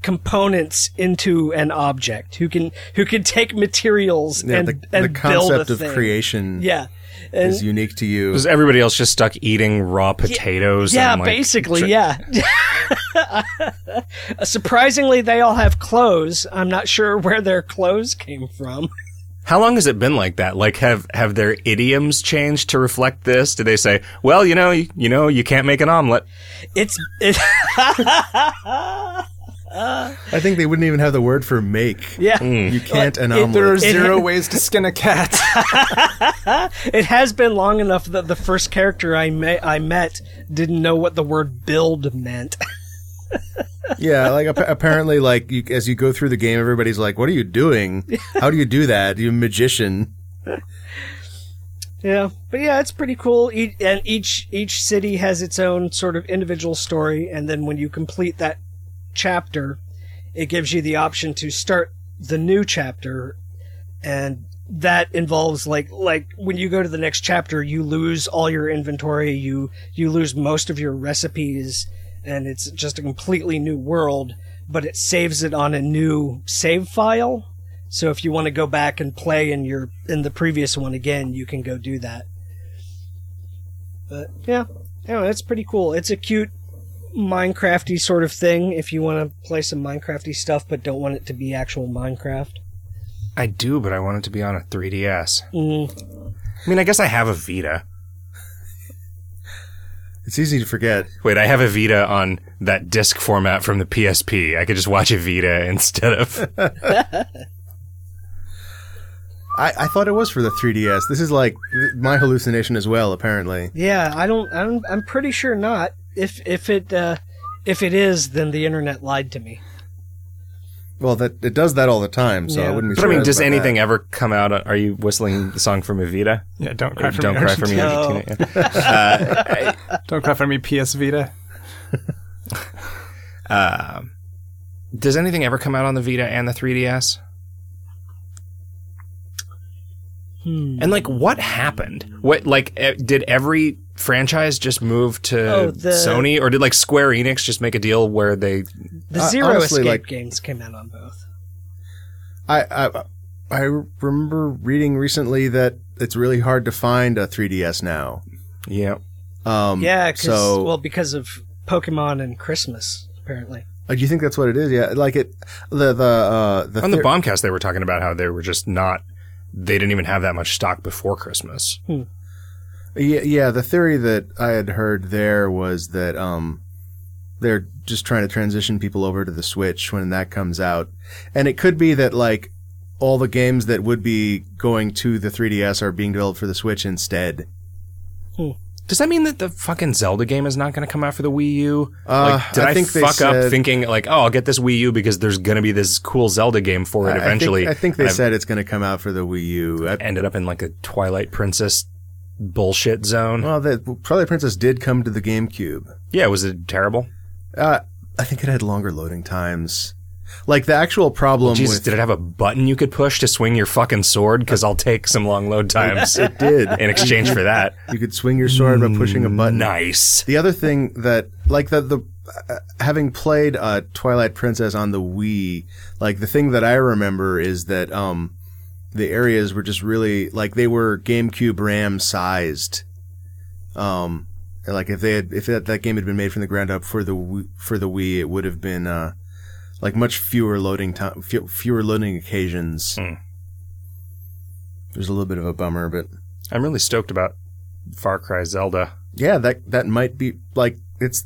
Speaker 2: components into an object who can who can take materials
Speaker 3: Yeah,
Speaker 2: and,
Speaker 3: the,
Speaker 2: and
Speaker 3: the
Speaker 2: build
Speaker 3: concept
Speaker 2: a
Speaker 3: of
Speaker 2: thing.
Speaker 3: creation
Speaker 2: yeah and
Speaker 3: is unique to you.
Speaker 1: Was everybody else just stuck eating raw potatoes?
Speaker 2: Yeah,
Speaker 1: and, like,
Speaker 2: basically,
Speaker 1: dr-
Speaker 2: yeah. Surprisingly, they all have clothes. I'm not sure where their clothes came from.
Speaker 1: How long has it been like that? Like, have have their idioms changed to reflect this? Do they say, "Well, you know, you, you know, you can't make an omelet"?
Speaker 2: It's it,
Speaker 3: I think they wouldn't even have the word for make.
Speaker 2: yeah.
Speaker 1: Mm.
Speaker 3: You can't an
Speaker 4: There are
Speaker 3: omelet.
Speaker 4: zero ways to skin a cat.
Speaker 2: It has been long enough that the first character I me- I met didn't know what the word build meant.
Speaker 3: yeah, like ap- apparently, like you, as you go through the game, everybody's like, "What are you doing? How do you do that? You magician."
Speaker 2: Yeah, but yeah, it's pretty cool. E- and each each city has its own sort of individual story, and then when you complete that chapter, it gives you the option to start the new chapter and that involves like like when you go to the next chapter you lose all your inventory you you lose most of your recipes and it's just a completely new world but it saves it on a new save file so if you want to go back and play in your in the previous one again you can go do that but yeah anyway, that's pretty cool it's a cute minecrafty sort of thing if you want to play some minecrafty stuff but don't want it to be actual minecraft
Speaker 1: I do, but I want it to be on a 3DS.
Speaker 2: mm,
Speaker 1: I mean, I guess I have a Vita.
Speaker 3: It's easy to forget.
Speaker 1: Wait, I have a Vita on that disc format from the PSP. I could just watch a Vita instead of.
Speaker 3: I, I thought it was for the 3DS. This is like th- my hallucination as well, apparently.
Speaker 2: yeah i don't I'm, I'm pretty sure not if if it uh if it is then the internet lied to me
Speaker 3: Well, that it does that all the time, so I
Speaker 2: Yeah.
Speaker 3: wouldn't be
Speaker 1: But uh, I mean,
Speaker 3: surprised
Speaker 1: does
Speaker 3: about
Speaker 1: anything ever come out? On, are you whistling the song from a Vita?
Speaker 4: Yeah, don't cry for
Speaker 1: Don't
Speaker 4: me.
Speaker 1: cry for me,
Speaker 4: Argentina.
Speaker 1: Argentina. Yeah. Uh,
Speaker 4: Don't cry for me, PS Vita.
Speaker 1: Does anything ever come out on the Vita and the 3DS?
Speaker 2: Hmm.
Speaker 1: And like, what happened? What like eh, did every franchise just move to
Speaker 2: Oh, the-
Speaker 1: Sony, or did like Square Enix just make a deal where they?
Speaker 2: the
Speaker 3: Uh,
Speaker 2: zero
Speaker 3: honestly,
Speaker 2: escape
Speaker 3: like-
Speaker 2: games came out on both
Speaker 3: that. I, I I remember reading recently that it's really hard to find a 3DS now.
Speaker 1: Yeah,
Speaker 3: Um,
Speaker 2: yeah 'cause-
Speaker 3: so
Speaker 2: well because of pokemon and christmas apparently
Speaker 3: Uh, do you think that's what it is? Yeah, like it. The the uh, the,
Speaker 1: on the
Speaker 3: theor-
Speaker 1: Bombcast they were talking about how they were just not. They didn't even have that much stock before Christmas.
Speaker 3: yeah, yeah the theory that I had heard there was that um, they're just trying to transition people over to the Switch when that comes out, and it could be that like all the games that would be going to the 3DS are being developed for the Switch instead.
Speaker 1: Does that mean that the fucking Zelda game is not going to come out for the Wii U?
Speaker 3: Uh,
Speaker 1: Like, did I,
Speaker 3: I think they
Speaker 1: fuck up
Speaker 3: said-
Speaker 1: thinking like, oh, I'll get this Wii U because there's going to be this cool Zelda game for
Speaker 3: I-
Speaker 1: it eventually?
Speaker 3: I think, I think they
Speaker 1: and I've
Speaker 3: said it's going to come out for the Wii U. I,
Speaker 1: ended up in like a Twilight Princess bullshit zone.
Speaker 3: well, that Twilight Princess did come to the GameCube.
Speaker 1: yeah, was it terrible?
Speaker 3: Uh, I think it had longer loading times. Like the actual problem
Speaker 1: Oh, Jesus,
Speaker 3: with
Speaker 1: did it have a button you could push to swing your fucking sword? Because I'll take some long load times
Speaker 3: it did.
Speaker 1: in exchange for that.
Speaker 3: You could swing your sword by pushing a button.
Speaker 1: Nice.
Speaker 3: The other thing that, like the the, uh, having played uh, Twilight Princess on the Wii, like the thing that I remember is that um, the areas were just really like they were GameCube RAM sized. Um, and, like if they had if that, that game had been made from the ground up for the Wii- for the Wii, it would have been uh, like much fewer loading time, fe- fewer loading occasions.
Speaker 1: Hmm.
Speaker 3: There's a little bit of a bummer, but
Speaker 1: I'm really stoked about Far Cry Zelda.
Speaker 3: yeah, that that might be like it's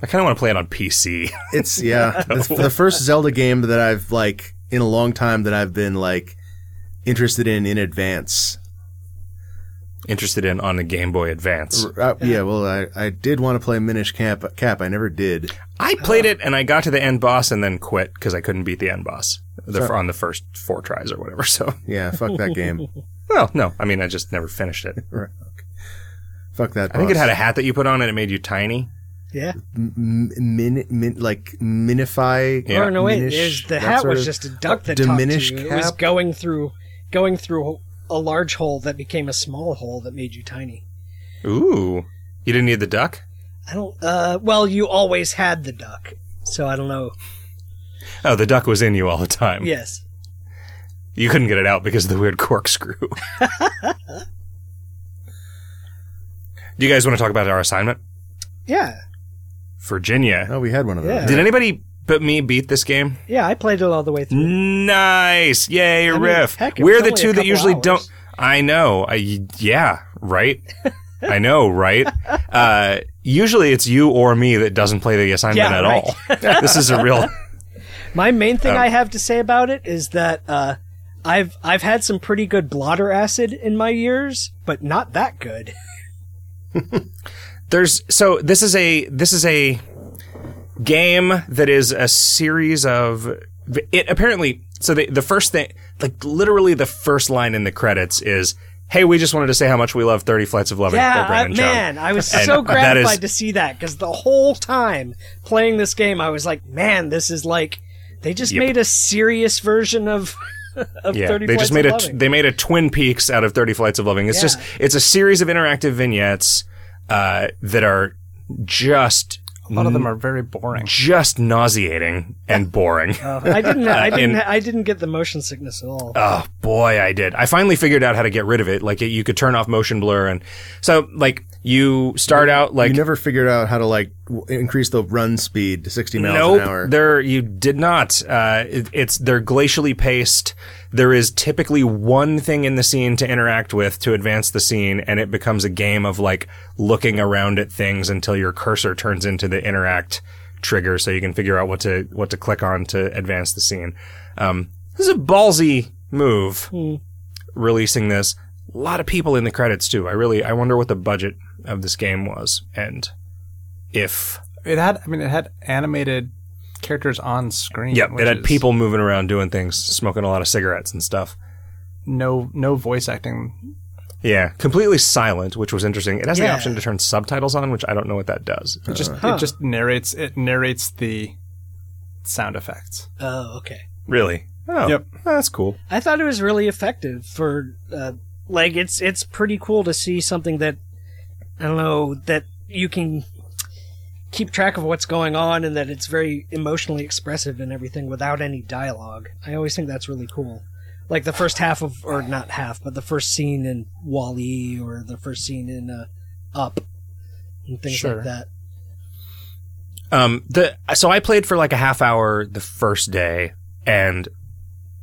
Speaker 1: I kind of want to play it on PC.
Speaker 3: It's yeah, the, the first Zelda game that I've like in a long time that I've been like interested in in advance.
Speaker 1: Interested in on the Game Boy Advance.
Speaker 3: R- uh, yeah, well, I, I did want to play Minish Cap, Cap. I never did.
Speaker 1: I played it and I got to the end boss and then quit because I couldn't beat the end boss the,
Speaker 3: Sure.
Speaker 1: on the first four tries or whatever. So,
Speaker 3: Yeah, fuck that game.
Speaker 1: well, no, I mean, I just never finished it.
Speaker 3: Right, okay. Fuck that.
Speaker 1: I think it
Speaker 3: boss.
Speaker 1: had a hat that you put on and it made you tiny.
Speaker 2: yeah
Speaker 3: M- m- min, min, like minify.
Speaker 1: Yeah.
Speaker 2: Oh no! Wait,
Speaker 3: Minish,
Speaker 2: is the
Speaker 3: that
Speaker 2: hat
Speaker 3: sort
Speaker 2: was
Speaker 3: of-
Speaker 2: just a duck that
Speaker 3: diminished
Speaker 2: talked to you. It was
Speaker 3: cap?
Speaker 2: going through, going through a large hole that became a small hole that made you tiny.
Speaker 1: Ooh. You didn't need the duck?
Speaker 2: I don't. Uh, well, you always had the duck, so I don't know.
Speaker 1: Oh, the duck was in you all the time.
Speaker 2: Yes,
Speaker 1: You couldn't get it out because of the weird corkscrew. Do you guys want to talk about our assignment?
Speaker 2: yeah,
Speaker 1: Virginia.
Speaker 3: Oh, we had one of those.
Speaker 2: Yeah.
Speaker 1: Did anybody but me beat this game?
Speaker 2: yeah. I played it all the way through.
Speaker 1: Nice. Yay,
Speaker 2: I mean,
Speaker 1: Riff.
Speaker 2: heck, it
Speaker 1: Mm, We're
Speaker 2: was
Speaker 1: the
Speaker 2: only a
Speaker 1: two that
Speaker 2: couple
Speaker 1: usually
Speaker 2: hours.
Speaker 1: don't. I know. I, yeah, right? I know, right? Uh, usually it's you or me that doesn't play the assignment
Speaker 2: Yeah,
Speaker 1: at
Speaker 2: right.
Speaker 1: all. this is a real.
Speaker 2: My main
Speaker 1: um,
Speaker 2: thing I have to say about it is that uh, I've I've had some pretty good blotter acid in my years, but not that good.
Speaker 1: there's so this is a this is a game that is a series of it apparently so the, the first thing like literally the first line in the credits is hey we just wanted to say how much we love 30 flights of love
Speaker 2: Yeah,
Speaker 1: and Cobra
Speaker 2: I,
Speaker 1: and Chum."
Speaker 2: man, I was
Speaker 1: And
Speaker 2: so
Speaker 1: that is-
Speaker 2: gratified to see that because the whole time playing this game, I was like, man, this is like They just
Speaker 1: Yep.
Speaker 2: made a serious version of of
Speaker 1: Yeah,
Speaker 2: Thirty
Speaker 1: they
Speaker 2: Flights
Speaker 1: just made
Speaker 2: of
Speaker 1: a
Speaker 2: Loving.
Speaker 1: they made a Twin Peaks out of Thirty Flights of Loving. It's
Speaker 2: Yeah.
Speaker 1: just it's a series of interactive vignettes uh, that are just
Speaker 4: A lot of
Speaker 1: Mm.
Speaker 4: them are very boring.
Speaker 1: just nauseating and boring.
Speaker 2: Oh, I didn't. I didn't.
Speaker 1: and-
Speaker 2: I didn't get the motion sickness at all.
Speaker 1: Oh boy, I did. I finally figured out how to get rid of it. Like you could turn off motion blur, and so like you start out like
Speaker 3: you never figured out how to like w- increase the run speed to 60 miles
Speaker 1: nope,
Speaker 3: an hour.
Speaker 1: there you did not. Uh, it, it's they're glacially paced. There is typically one thing in the scene to interact with to advance the scene, and it becomes a game of like looking around at things until your cursor turns into the interact trigger, so you can figure out what to what to click on to advance the scene. Um, this is a ballsy move. Releasing this, a lot of people in the credits too. I really I wonder what the budget of this game was, and if
Speaker 4: It had, I mean, it had animated characters on screen.
Speaker 1: Yep,
Speaker 4: which
Speaker 1: it had
Speaker 4: is
Speaker 1: people moving around doing things, smoking a lot of cigarettes and stuff.
Speaker 4: No, no voice acting.
Speaker 1: Yeah, completely silent, which was interesting. It has the
Speaker 2: Yeah.
Speaker 1: option to turn subtitles on, which I don't know what that does.
Speaker 4: It just,
Speaker 2: Huh.
Speaker 4: it just narrates. It narrates the sound effects.
Speaker 2: oh, okay.
Speaker 1: Really? Oh,
Speaker 4: Yep.
Speaker 1: That's cool.
Speaker 2: I thought it was really effective for uh, like it's it's pretty cool to see something that I don't know that you can keep track of what's going on and that it's very emotionally expressive and everything without any dialogue. I always think that's really cool. Like the first half of or not half, but the first scene in Wall-E or the first scene in uh, Up and things
Speaker 4: Sure.
Speaker 2: like that.
Speaker 1: Um, the so I played for like a half hour the first day and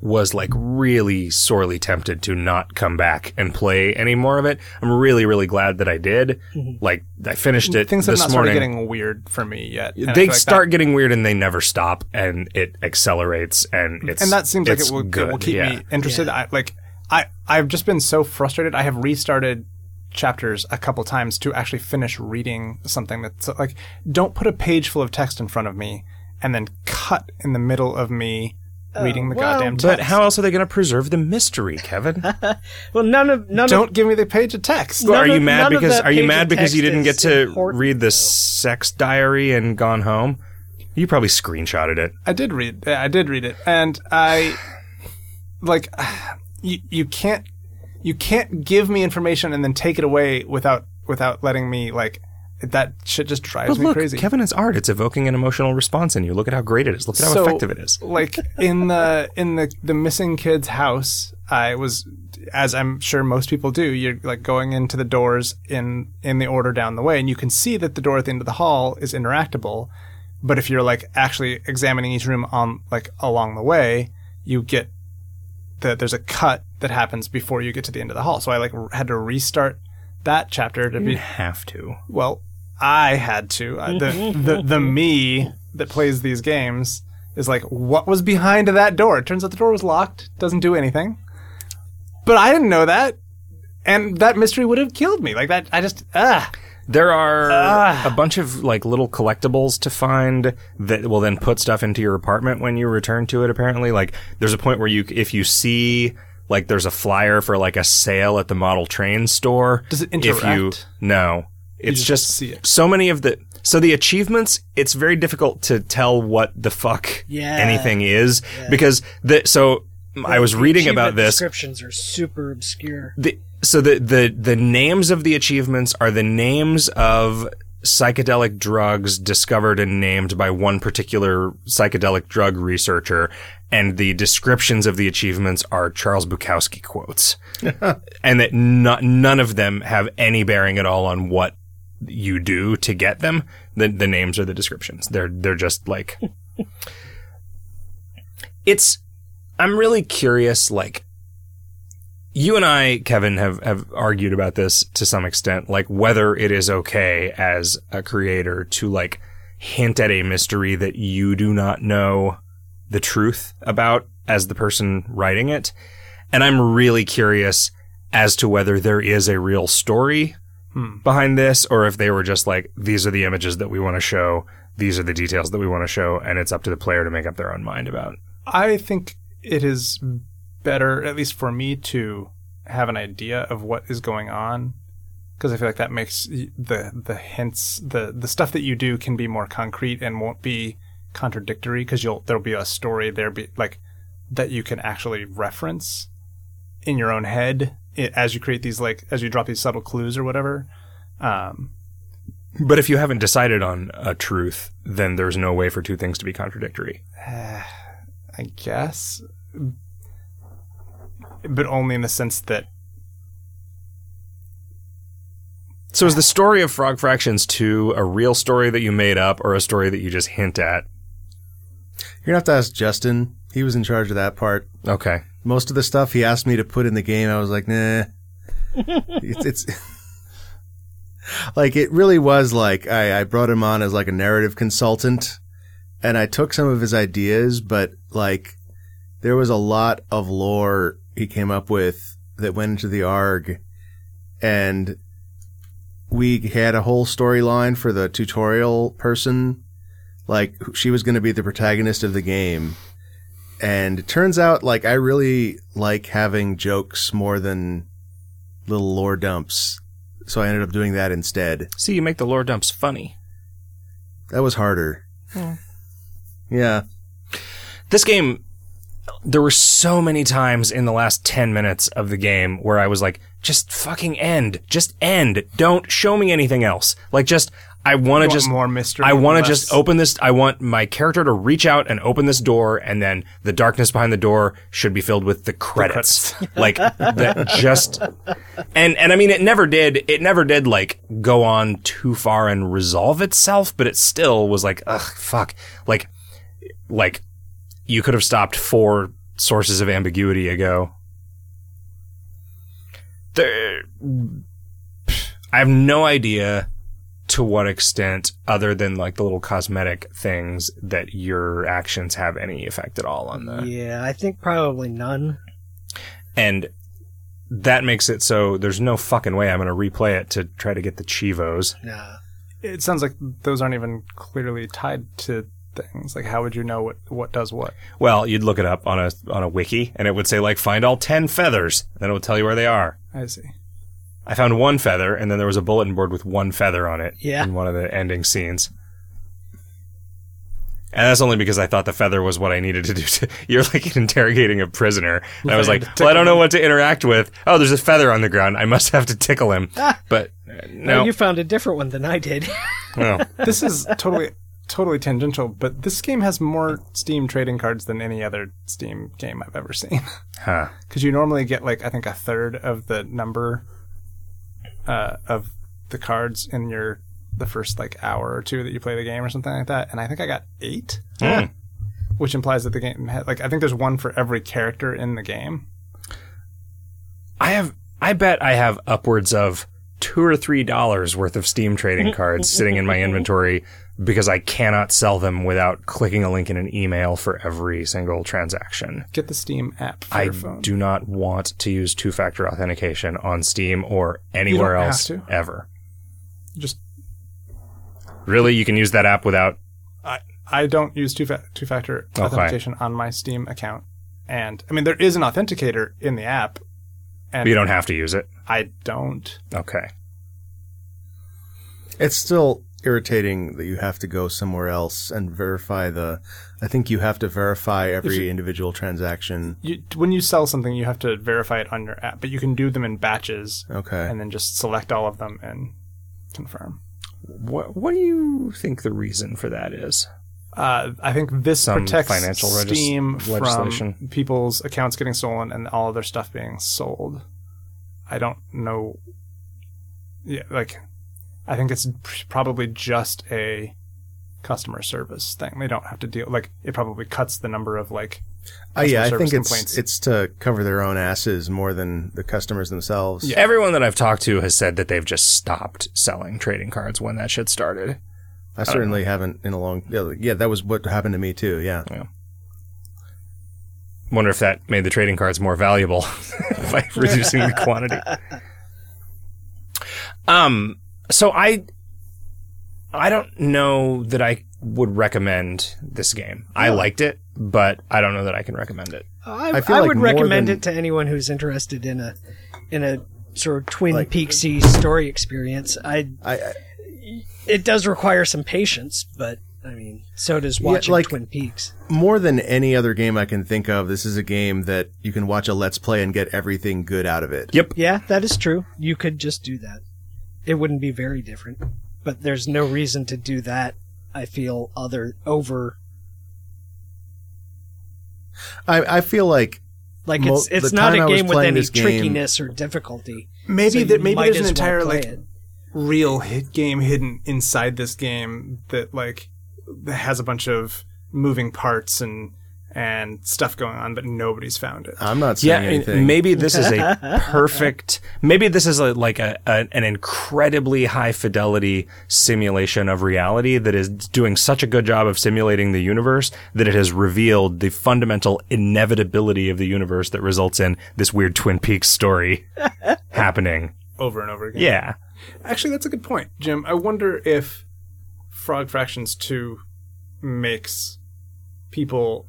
Speaker 1: was like really sorely tempted to not come back and play any more of it. I'm really really glad that I did.
Speaker 2: Mhm.
Speaker 1: Like I finished it
Speaker 4: Mm-hmm. Things have
Speaker 1: this
Speaker 4: not started
Speaker 1: morning.
Speaker 4: getting weird for me yet. and I
Speaker 1: they
Speaker 4: feel like
Speaker 1: start getting weird and they never stop, and it accelerates and it's
Speaker 4: and that seems like
Speaker 1: it's
Speaker 4: it will,
Speaker 1: good.
Speaker 4: it will keep
Speaker 1: yeah.
Speaker 4: me interested. I, like I, I've just been so frustrated. I have restarted chapters a couple times to actually finish reading something that's like, don't put a page full of text in front of me and then cut in the middle of me reading the
Speaker 2: well,
Speaker 4: goddamn text.
Speaker 1: But how else are they going to preserve the mystery, Kevin?
Speaker 2: Well, none of none of
Speaker 4: don't give me the page of text.
Speaker 2: No. None
Speaker 1: are you
Speaker 2: of-
Speaker 1: mad
Speaker 2: none of
Speaker 1: because
Speaker 2: that
Speaker 1: are you
Speaker 2: page
Speaker 1: mad
Speaker 2: of
Speaker 1: because you
Speaker 2: text
Speaker 1: didn't get
Speaker 2: is
Speaker 1: to
Speaker 2: important,
Speaker 1: read the
Speaker 2: though.
Speaker 1: sex diary and gone home? You probably screenshotted it.
Speaker 4: I did read. I did read it, and I like you. You can't. You can't give me information and then take it away without without letting me like that shit just drives
Speaker 1: But
Speaker 4: me
Speaker 1: look,
Speaker 4: crazy.
Speaker 1: Kevin, it's art. It's evoking an emotional response in you. Look at how great it is. Look at how
Speaker 4: So,
Speaker 1: effective it is.
Speaker 4: like in the in the the missing kid's house, I was as I'm sure most people do, you're like going into the doors in in the order down the way and you can see that the door at the end of the hall is interactable, but if you're like actually examining each room on like along the way, you get that there's a cut that happens before you get to the end of the hall. So I like r- had to restart that chapter to
Speaker 1: You
Speaker 4: be
Speaker 1: didn't have to.
Speaker 4: well, I had to. I- the, the the me that plays these games is like, what was behind that door? It turns out the door was locked. Doesn't do anything. But I didn't know that, and that mystery would have killed me. Like that, I just ah.
Speaker 1: There are
Speaker 4: Ah.
Speaker 1: a bunch of like little collectibles to find that will then put stuff into your apartment when you return to it. Apparently, like there's a point where you if you see like there's a flyer for like a sale at the model train store.
Speaker 4: Does it
Speaker 1: If you
Speaker 4: interact?
Speaker 1: no, it's
Speaker 4: just
Speaker 1: just,
Speaker 4: see it.
Speaker 1: so many of the so the achievements. It's very difficult to tell what the fuck
Speaker 2: Yeah.
Speaker 1: anything is because the so. I was reading about
Speaker 2: achievement
Speaker 1: this
Speaker 2: Descriptions are super obscure.
Speaker 1: the so the the the names of the achievements are the names of psychedelic drugs discovered and named by one particular psychedelic drug researcher and the descriptions of the achievements are Charles Bukowski quotes and that not, none of them have any bearing at all on what you do to get them the the names or the descriptions they're they're just like it's i'm really curious like you and I, Kevin, have, have argued about this to some extent, like whether it is okay as a creator to like hint at a mystery that you do not know the truth about as the person writing it. And I'm really curious as to whether there is a real story
Speaker 4: Hmm.
Speaker 1: behind this or if they were just like, these are the images that we want to show, these are the details that we want to show, and it's up to the player to make up their own mind about.
Speaker 4: I think it is better, at least for me, to have an idea of what is going on, because I feel like that makes y- the the hints, the the stuff that you do can be more concrete and won't be contradictory because you'll there'll be a story there be like that you can actually reference in your own head i- as you create these like as you drop these subtle clues or whatever. Um,
Speaker 1: But if you haven't decided on a truth, then there's no way for two things to be contradictory.
Speaker 4: eh, I guess, but only in the sense that
Speaker 1: So is the story of Frog Fractions 2 a real story that you made up or a story that you just hint at?
Speaker 3: You're gonna have to ask Justin. He was in charge of that part.
Speaker 1: Okay.
Speaker 3: Most of the stuff he asked me to put in the game, I was like, nah. it's, it's like it really was like I, I brought him on as like a narrative consultant, and I took some of his ideas, but like there was a lot of lore he came up with that went into the ARG, and we had a whole storyline for the tutorial person, like who- she was going to be the protagonist of the game and it turns out like I really like having jokes more than little lore dumps. So I ended up doing that instead.
Speaker 1: See, you make the lore dumps funny.
Speaker 3: That was harder. Yeah.
Speaker 1: This game, there were so many times in the last 10 minutes of the game where I was like, just fucking end. Just end. Don't show me anything else. Like, just, I want
Speaker 4: want
Speaker 1: to just.
Speaker 4: more mystery,
Speaker 1: I want
Speaker 4: less-
Speaker 1: to just open this. I want my character to reach out and open this door, and then the darkness behind the door should be filled with the credits. like that, just and and I mean, it never did. It never did like go on too far and resolve itself, but it still was like, ugh, fuck, like, like you could have stopped four sources of ambiguity ago. There, I have no idea to what extent, other than like the little cosmetic things, that your actions have any effect at all on the
Speaker 2: Yeah, I think probably none.
Speaker 1: and that makes it so there's no fucking way I'm going to replay it to try to get the Chivos.
Speaker 2: Nah.
Speaker 4: it sounds like those aren't even clearly tied to things. Like, how would you know what what does what?
Speaker 1: Well, you'd look it up on a on a wiki, and it would say like find all ten feathers, and then it would tell you where they are.
Speaker 4: I see.
Speaker 1: I found one feather, and then there was a bulletin board with one feather on it
Speaker 2: Yeah.
Speaker 1: in one of the ending scenes. And that's only because I thought the feather was what I needed to do. To, you're like interrogating a prisoner. And I was like, well, I don't know what to interact with. Oh, there's a feather on the ground. I must have to tickle him. But uh,
Speaker 2: Ah. No,
Speaker 1: no,
Speaker 2: you found a different one than I did.
Speaker 1: no.
Speaker 4: This is totally totally tangential, but this game has more Steam trading cards than any other Steam game I've ever seen.
Speaker 1: Huh.
Speaker 4: Because you normally get like I think a third of the number uh, of the cards in your the first like hour or two that you play the game or something like that, and I think I got eight,
Speaker 1: Hmm.
Speaker 4: which implies that the game had, like I think there's one for every character in the game.
Speaker 1: I have I bet I have upwards of two or three dollars worth of Steam trading cards sitting in my inventory because I cannot sell them without clicking a link in an email for every single transaction.
Speaker 4: Get the Steam app for
Speaker 1: I
Speaker 4: your phone.
Speaker 1: do not want to use two factor authentication on Steam or anywhere
Speaker 4: have
Speaker 1: else
Speaker 4: to.
Speaker 1: ever.
Speaker 4: Just
Speaker 1: Really, you can use that app without
Speaker 4: I I don't use two fa- two factor
Speaker 1: Okay.
Speaker 4: authentication on my Steam account, and I mean there is an authenticator in the app, and
Speaker 1: you don't have to use it.
Speaker 4: I don't.
Speaker 1: Okay.
Speaker 3: It's still irritating that you have to go somewhere else and verify the I think you have to verify every individual transaction.
Speaker 4: You, when you sell something, you have to verify it on your app, but you can do them in batches
Speaker 3: Okay.
Speaker 4: and then just select all of them and confirm.
Speaker 1: What what do you think the reason for that is?
Speaker 4: Uh, I think this
Speaker 1: Some
Speaker 4: protects
Speaker 1: financial regis-
Speaker 4: Steam
Speaker 1: legislation.
Speaker 4: from people's accounts getting stolen and all of their stuff being sold. I don't know. Yeah, like, I think it's pr- probably just a customer service thing. They don't have to deal. Like, it probably cuts the number of like.
Speaker 3: Oh yeah, I
Speaker 4: customer
Speaker 3: think
Speaker 4: service
Speaker 3: it's it's to cover their own asses more than the customers themselves.
Speaker 4: Yeah.
Speaker 1: Everyone that I've talked to has said that they've just stopped selling trading cards when that shit started.
Speaker 3: I certainly haven't in a long yeah, yeah, that was what happened to me too. Yeah.
Speaker 1: Wonder if that made the trading cards more valuable by reducing the quantity. Um, so I, I don't know that I would recommend this game. I liked it, but I don't know that I can recommend it.
Speaker 2: I,
Speaker 3: I feel
Speaker 2: I
Speaker 3: like
Speaker 2: would
Speaker 3: more
Speaker 2: recommend
Speaker 3: than-
Speaker 2: it to anyone whoes interested in a in a sort of Twin
Speaker 3: Like-
Speaker 2: Peaksy story experience. I
Speaker 3: I, I
Speaker 2: it does require some patience, but I mean, so does
Speaker 3: Yeah,
Speaker 2: watching
Speaker 3: like-
Speaker 2: Twin Peaks.
Speaker 3: More than any other game I can think of, this is a game that you can watch a Let's Play and get everything good out of it.
Speaker 1: Yep.
Speaker 2: Yeah, that is true. You could just do that. It wouldn't be very different. But there's no reason to do that, I feel, other over
Speaker 3: I, I feel like
Speaker 2: like
Speaker 3: Mo-
Speaker 2: it's it's
Speaker 3: the
Speaker 2: not
Speaker 3: time
Speaker 2: a
Speaker 3: I was
Speaker 2: game with
Speaker 3: playing
Speaker 2: any
Speaker 3: this game-
Speaker 2: trickiness or difficulty.
Speaker 4: Maybe
Speaker 2: so
Speaker 4: that
Speaker 2: you
Speaker 4: maybe
Speaker 2: might
Speaker 4: there's an
Speaker 2: as well
Speaker 4: entire
Speaker 2: play
Speaker 4: like
Speaker 2: it.
Speaker 4: real hit game hidden inside this game that like has a bunch of moving parts and and stuff going on, but nobody's found it.
Speaker 3: I'm not saying
Speaker 1: Yeah, and
Speaker 3: anything.
Speaker 1: maybe this is a perfect. Maybe this is a, like a, a an incredibly high fidelity simulation of reality that is doing such a good job of simulating the universe that it has revealed the fundamental inevitability of the universe that results in this weird Twin Peaks story happening.
Speaker 4: Over and over again.
Speaker 1: Yeah,
Speaker 4: Actually, that's a good point, Jim. I wonder if Frog Fractions 2 makes people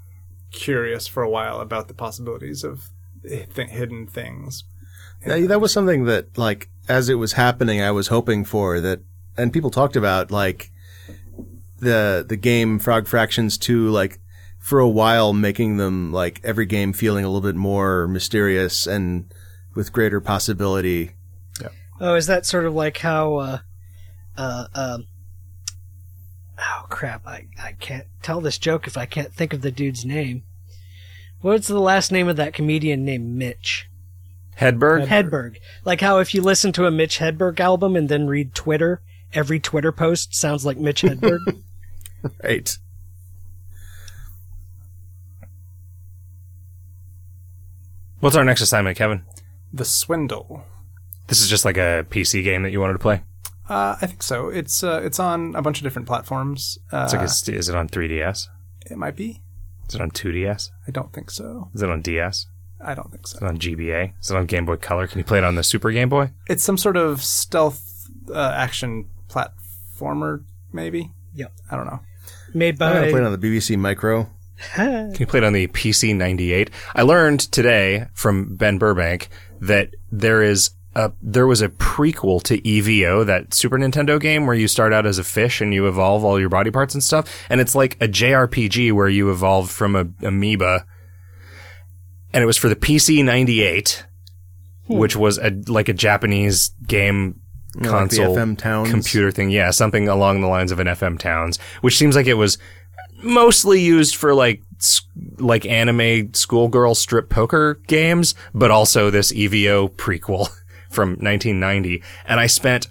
Speaker 4: curious for a while about the possibilities of th- hidden things.
Speaker 3: That, that was something that, like, as it was happening, I was hoping for that, and people talked about like the the game Frog Fractions Two, like for a while, making them like every game feeling a little bit more mysterious and with greater possibility.
Speaker 2: Oh, is that sort of like how? Uh, uh, um, oh crap! I I can't tell this joke if I can't think of the dude's name. What's the last name of that comedian named Mitch
Speaker 1: Hedberg.
Speaker 2: Hedberg? Like how if you listen to a Mitch Hedberg album and then read Twitter, every Twitter post sounds like Mitch Hedberg.
Speaker 3: Right.
Speaker 1: What's our next assignment, Kevin?
Speaker 4: The Swindle.
Speaker 1: This is just like a PC game that you wanted to play.
Speaker 4: Uh, I think so. It's uh, it's on a bunch of different platforms. Uh,
Speaker 1: It's like, is, is it on 3DS?
Speaker 4: it might be.
Speaker 1: Is it on 2DS?
Speaker 4: I don't think so.
Speaker 1: Is it on DS?
Speaker 4: I don't think
Speaker 1: Is
Speaker 4: so.
Speaker 1: it on GBA? Is it on Game Boy Color? Can you play it on the Super Game Boy?
Speaker 4: It's some sort of stealth uh, action platformer, maybe.
Speaker 2: Yep.
Speaker 4: I don't know.
Speaker 2: Made
Speaker 3: I'm gonna play it
Speaker 2: by
Speaker 3: on the BBC Micro.
Speaker 1: Can you play it on the PC 98? I learned today from Ben Burbank that there is a there was a prequel to EVO, that Super Nintendo game where you start out as a fish and you evolve all your body parts and stuff, and it's like a JRPG where you evolve from a amoeba. And it was for the PC 98,
Speaker 3: Hmm.
Speaker 1: which was a like a Japanese game
Speaker 3: You know, like the
Speaker 1: console
Speaker 3: FM Towns.
Speaker 1: computer thing. Yeah, something along the lines of an FM Towns, which seems like it was mostly used for like s- like anime schoolgirl strip poker games, but also this EVO prequel from 1990. And I spent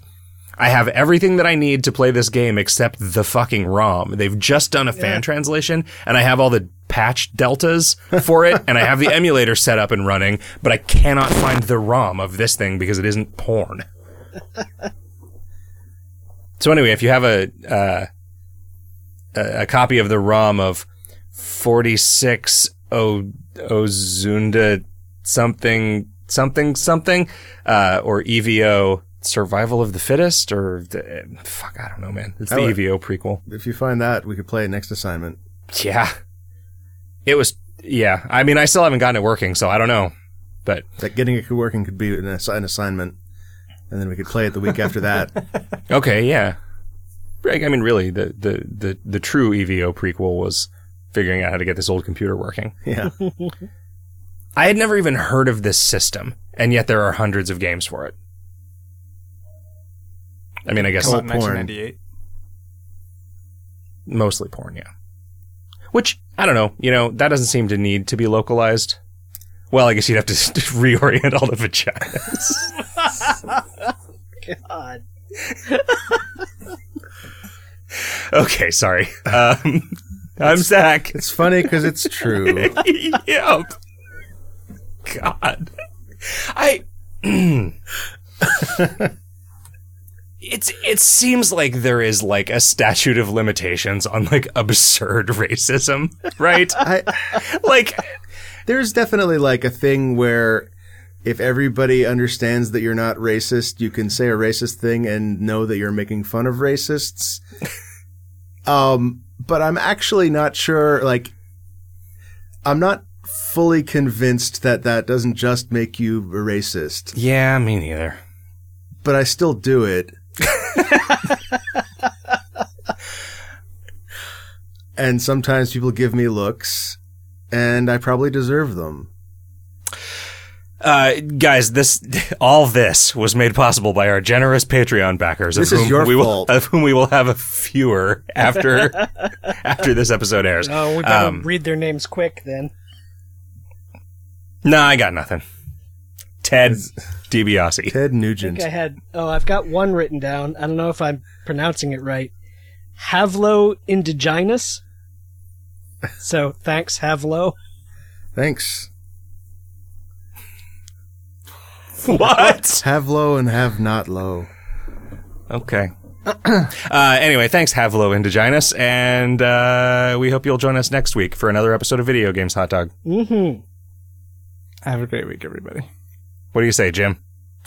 Speaker 1: I have everything that I need to play this game except the fucking ROM. They've just done a fan translation and I have all the patch deltas for it and I have the emulator set up and running, but I cannot find the ROM of this thing because it isn't porn. So anyway, if you have a uh, a, a copy of the ROM of forty six O Ozunda something something something uh, or EVO Survival of the Fittest or the, fuck I don't know man it's the
Speaker 3: Oh, it-
Speaker 1: EVO prequel
Speaker 3: If you find that, we could play it next assignment.
Speaker 1: yeah it was yeah I mean I still haven't gotten it working so I don't know but
Speaker 3: That getting it working could be an, assi- an assignment, and then we could play it the week after that.
Speaker 1: Okay, yeah. Like, I mean, really, the, the, the, the true EVO prequel was figuring out how to get this old computer working.
Speaker 3: Yeah.
Speaker 1: I had never even heard of this system, and yet there are hundreds of games for it. I mean, I guess
Speaker 4: Come out in
Speaker 3: Porn.
Speaker 4: 1998.
Speaker 1: mostly porn, yeah. Which, I don't know, you know, that doesn't seem to need to be localized. Well, I guess you'd have to reorient all the vaginas.
Speaker 2: God.
Speaker 1: okay, sorry. Um, I'm Zach.
Speaker 3: It's funny because it's true.
Speaker 1: yep. God. I. it's it seems like there is like a statute of limitations on like absurd racism, right?
Speaker 3: I,
Speaker 1: like
Speaker 3: there's definitely like a thing where if everybody understands that you're not racist, you can say a racist thing and know that you're making fun of racists. um, but I'm actually not sure. Like, I'm not fully convinced that that doesn't just make you a racist,
Speaker 1: yeah, me neither.
Speaker 3: but I still do it. and sometimes people give me looks, and I probably deserve them.
Speaker 1: Uh, guys, this all this was made possible by our generous Patreon backers,
Speaker 3: This
Speaker 1: of
Speaker 3: is
Speaker 1: whom
Speaker 3: your
Speaker 1: we will
Speaker 3: fault.
Speaker 1: of whom we will have a fewer after after this episode airs.
Speaker 2: Oh, we better
Speaker 1: Um,
Speaker 2: read their names quick then.
Speaker 1: Nah, I got nothing. Ted DiBiase.
Speaker 3: Ted
Speaker 2: I
Speaker 3: Nugent.
Speaker 2: think I had. Oh, I've got one written down. I don't know if I'm pronouncing it right. Havlo indigenus. So thanks, Havlo.
Speaker 3: Thanks.
Speaker 1: What?
Speaker 3: Have low and have not low.
Speaker 1: Okay. uh, anyway, thanks, Havlo Indigenus, and uh, we hope you'll join us next week for another episode of Video Games Hot Dog.
Speaker 2: Mm-hmm.
Speaker 4: Have a great week, everybody.
Speaker 1: What do you say, Jim?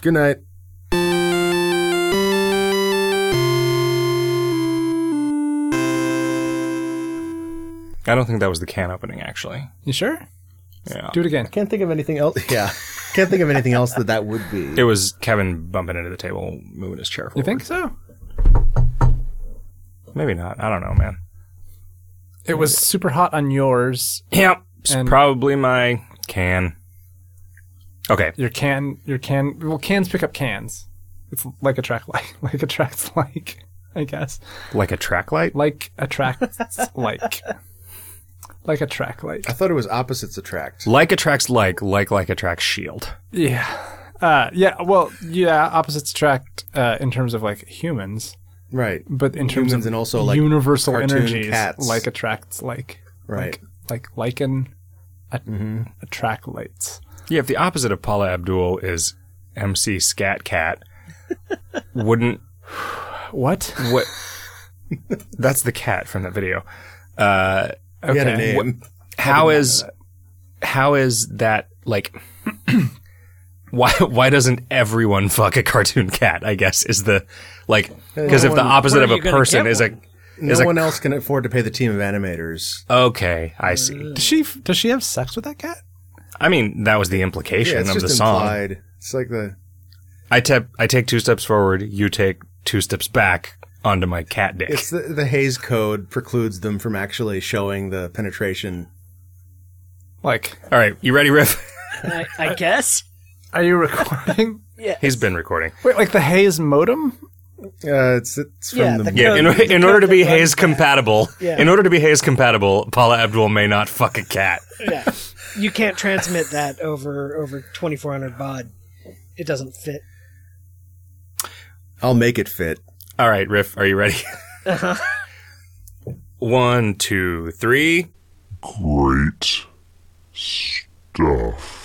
Speaker 3: Good night.
Speaker 1: I don't think that was the can opening, actually.
Speaker 4: You sure?
Speaker 1: Yeah.
Speaker 4: Do it again.
Speaker 3: Can't think of anything else. Yeah. Can't think of anything else that that would be.
Speaker 1: It was Kevin bumping into the table, moving his chair
Speaker 4: You
Speaker 1: forward.
Speaker 4: think so?
Speaker 1: Maybe not. I don't know, man.
Speaker 4: It was super hot on yours.
Speaker 1: Yep. It's
Speaker 4: And-
Speaker 1: probably my can. Okay.
Speaker 4: Your can, your can. Well, cans pick up cans. It's like attract like, like attracts like. I guess
Speaker 1: Like a track light?
Speaker 4: like attracts like, like a track light.
Speaker 3: I thought it was opposites attract.
Speaker 1: Like attracts like, like like attracts shield.
Speaker 4: Yeah. Uh, yeah. Well, yeah. Opposites attract uh, in terms of like humans,
Speaker 3: Right.
Speaker 4: but in terms
Speaker 3: Humans
Speaker 4: of
Speaker 3: and also, like,
Speaker 4: universal
Speaker 3: cartoon
Speaker 4: energies,
Speaker 3: cats.
Speaker 4: like attracts like,
Speaker 3: Right.
Speaker 4: like lichen at-
Speaker 3: Mm-hmm.
Speaker 4: attract lights.
Speaker 1: Yeah, if the opposite of Paula Abdul is MC Scat Cat, wouldn't
Speaker 4: What?
Speaker 1: what? That's the cat from that video. Uh,
Speaker 4: Okay.
Speaker 3: We had a name.
Speaker 1: how is how is that like? why why doesn't everyone fuck a cartoon cat? I guess is the like because if the
Speaker 3: Everyone-
Speaker 1: opposite
Speaker 2: Where
Speaker 1: of
Speaker 2: are
Speaker 1: a
Speaker 2: you gonna
Speaker 1: person
Speaker 2: get
Speaker 1: is a is
Speaker 3: No
Speaker 1: a-
Speaker 3: one else can afford to pay the team of animators.
Speaker 1: okay, I see.
Speaker 4: Does she does she have sex with that cat?
Speaker 1: I mean that was the
Speaker 3: Yeah,
Speaker 1: implication
Speaker 3: it's
Speaker 1: of
Speaker 3: just
Speaker 1: the song.
Speaker 3: implied. It's like the
Speaker 1: I tap I take two steps forward, you take two steps back onto my cat dick.
Speaker 3: it's the, the Hayes Code precludes them from actually showing the penetration.
Speaker 4: Like,
Speaker 1: All right, you ready, Riff?
Speaker 2: I, I guess.
Speaker 4: are you recording?
Speaker 2: Yeah.
Speaker 1: He's been recording.
Speaker 4: Wait, like the Hayes modem?
Speaker 3: Uh, it's it's from
Speaker 2: Yeah,
Speaker 3: the,
Speaker 2: the
Speaker 1: Yeah, in,
Speaker 2: No, the
Speaker 1: in order to
Speaker 2: code
Speaker 1: be
Speaker 2: that runs
Speaker 1: Hayes
Speaker 2: that.
Speaker 1: compatible,
Speaker 2: Yeah.
Speaker 1: in order to be Hayes compatible, Paula Abdul may not fuck a cat.
Speaker 2: Yeah. You can't transmit that over over 2400 baud. It doesn't fit.
Speaker 3: I'll make it fit.
Speaker 1: All right, Riff, are you ready?
Speaker 2: Uh-huh.
Speaker 1: One, two, three.
Speaker 5: Great stuff.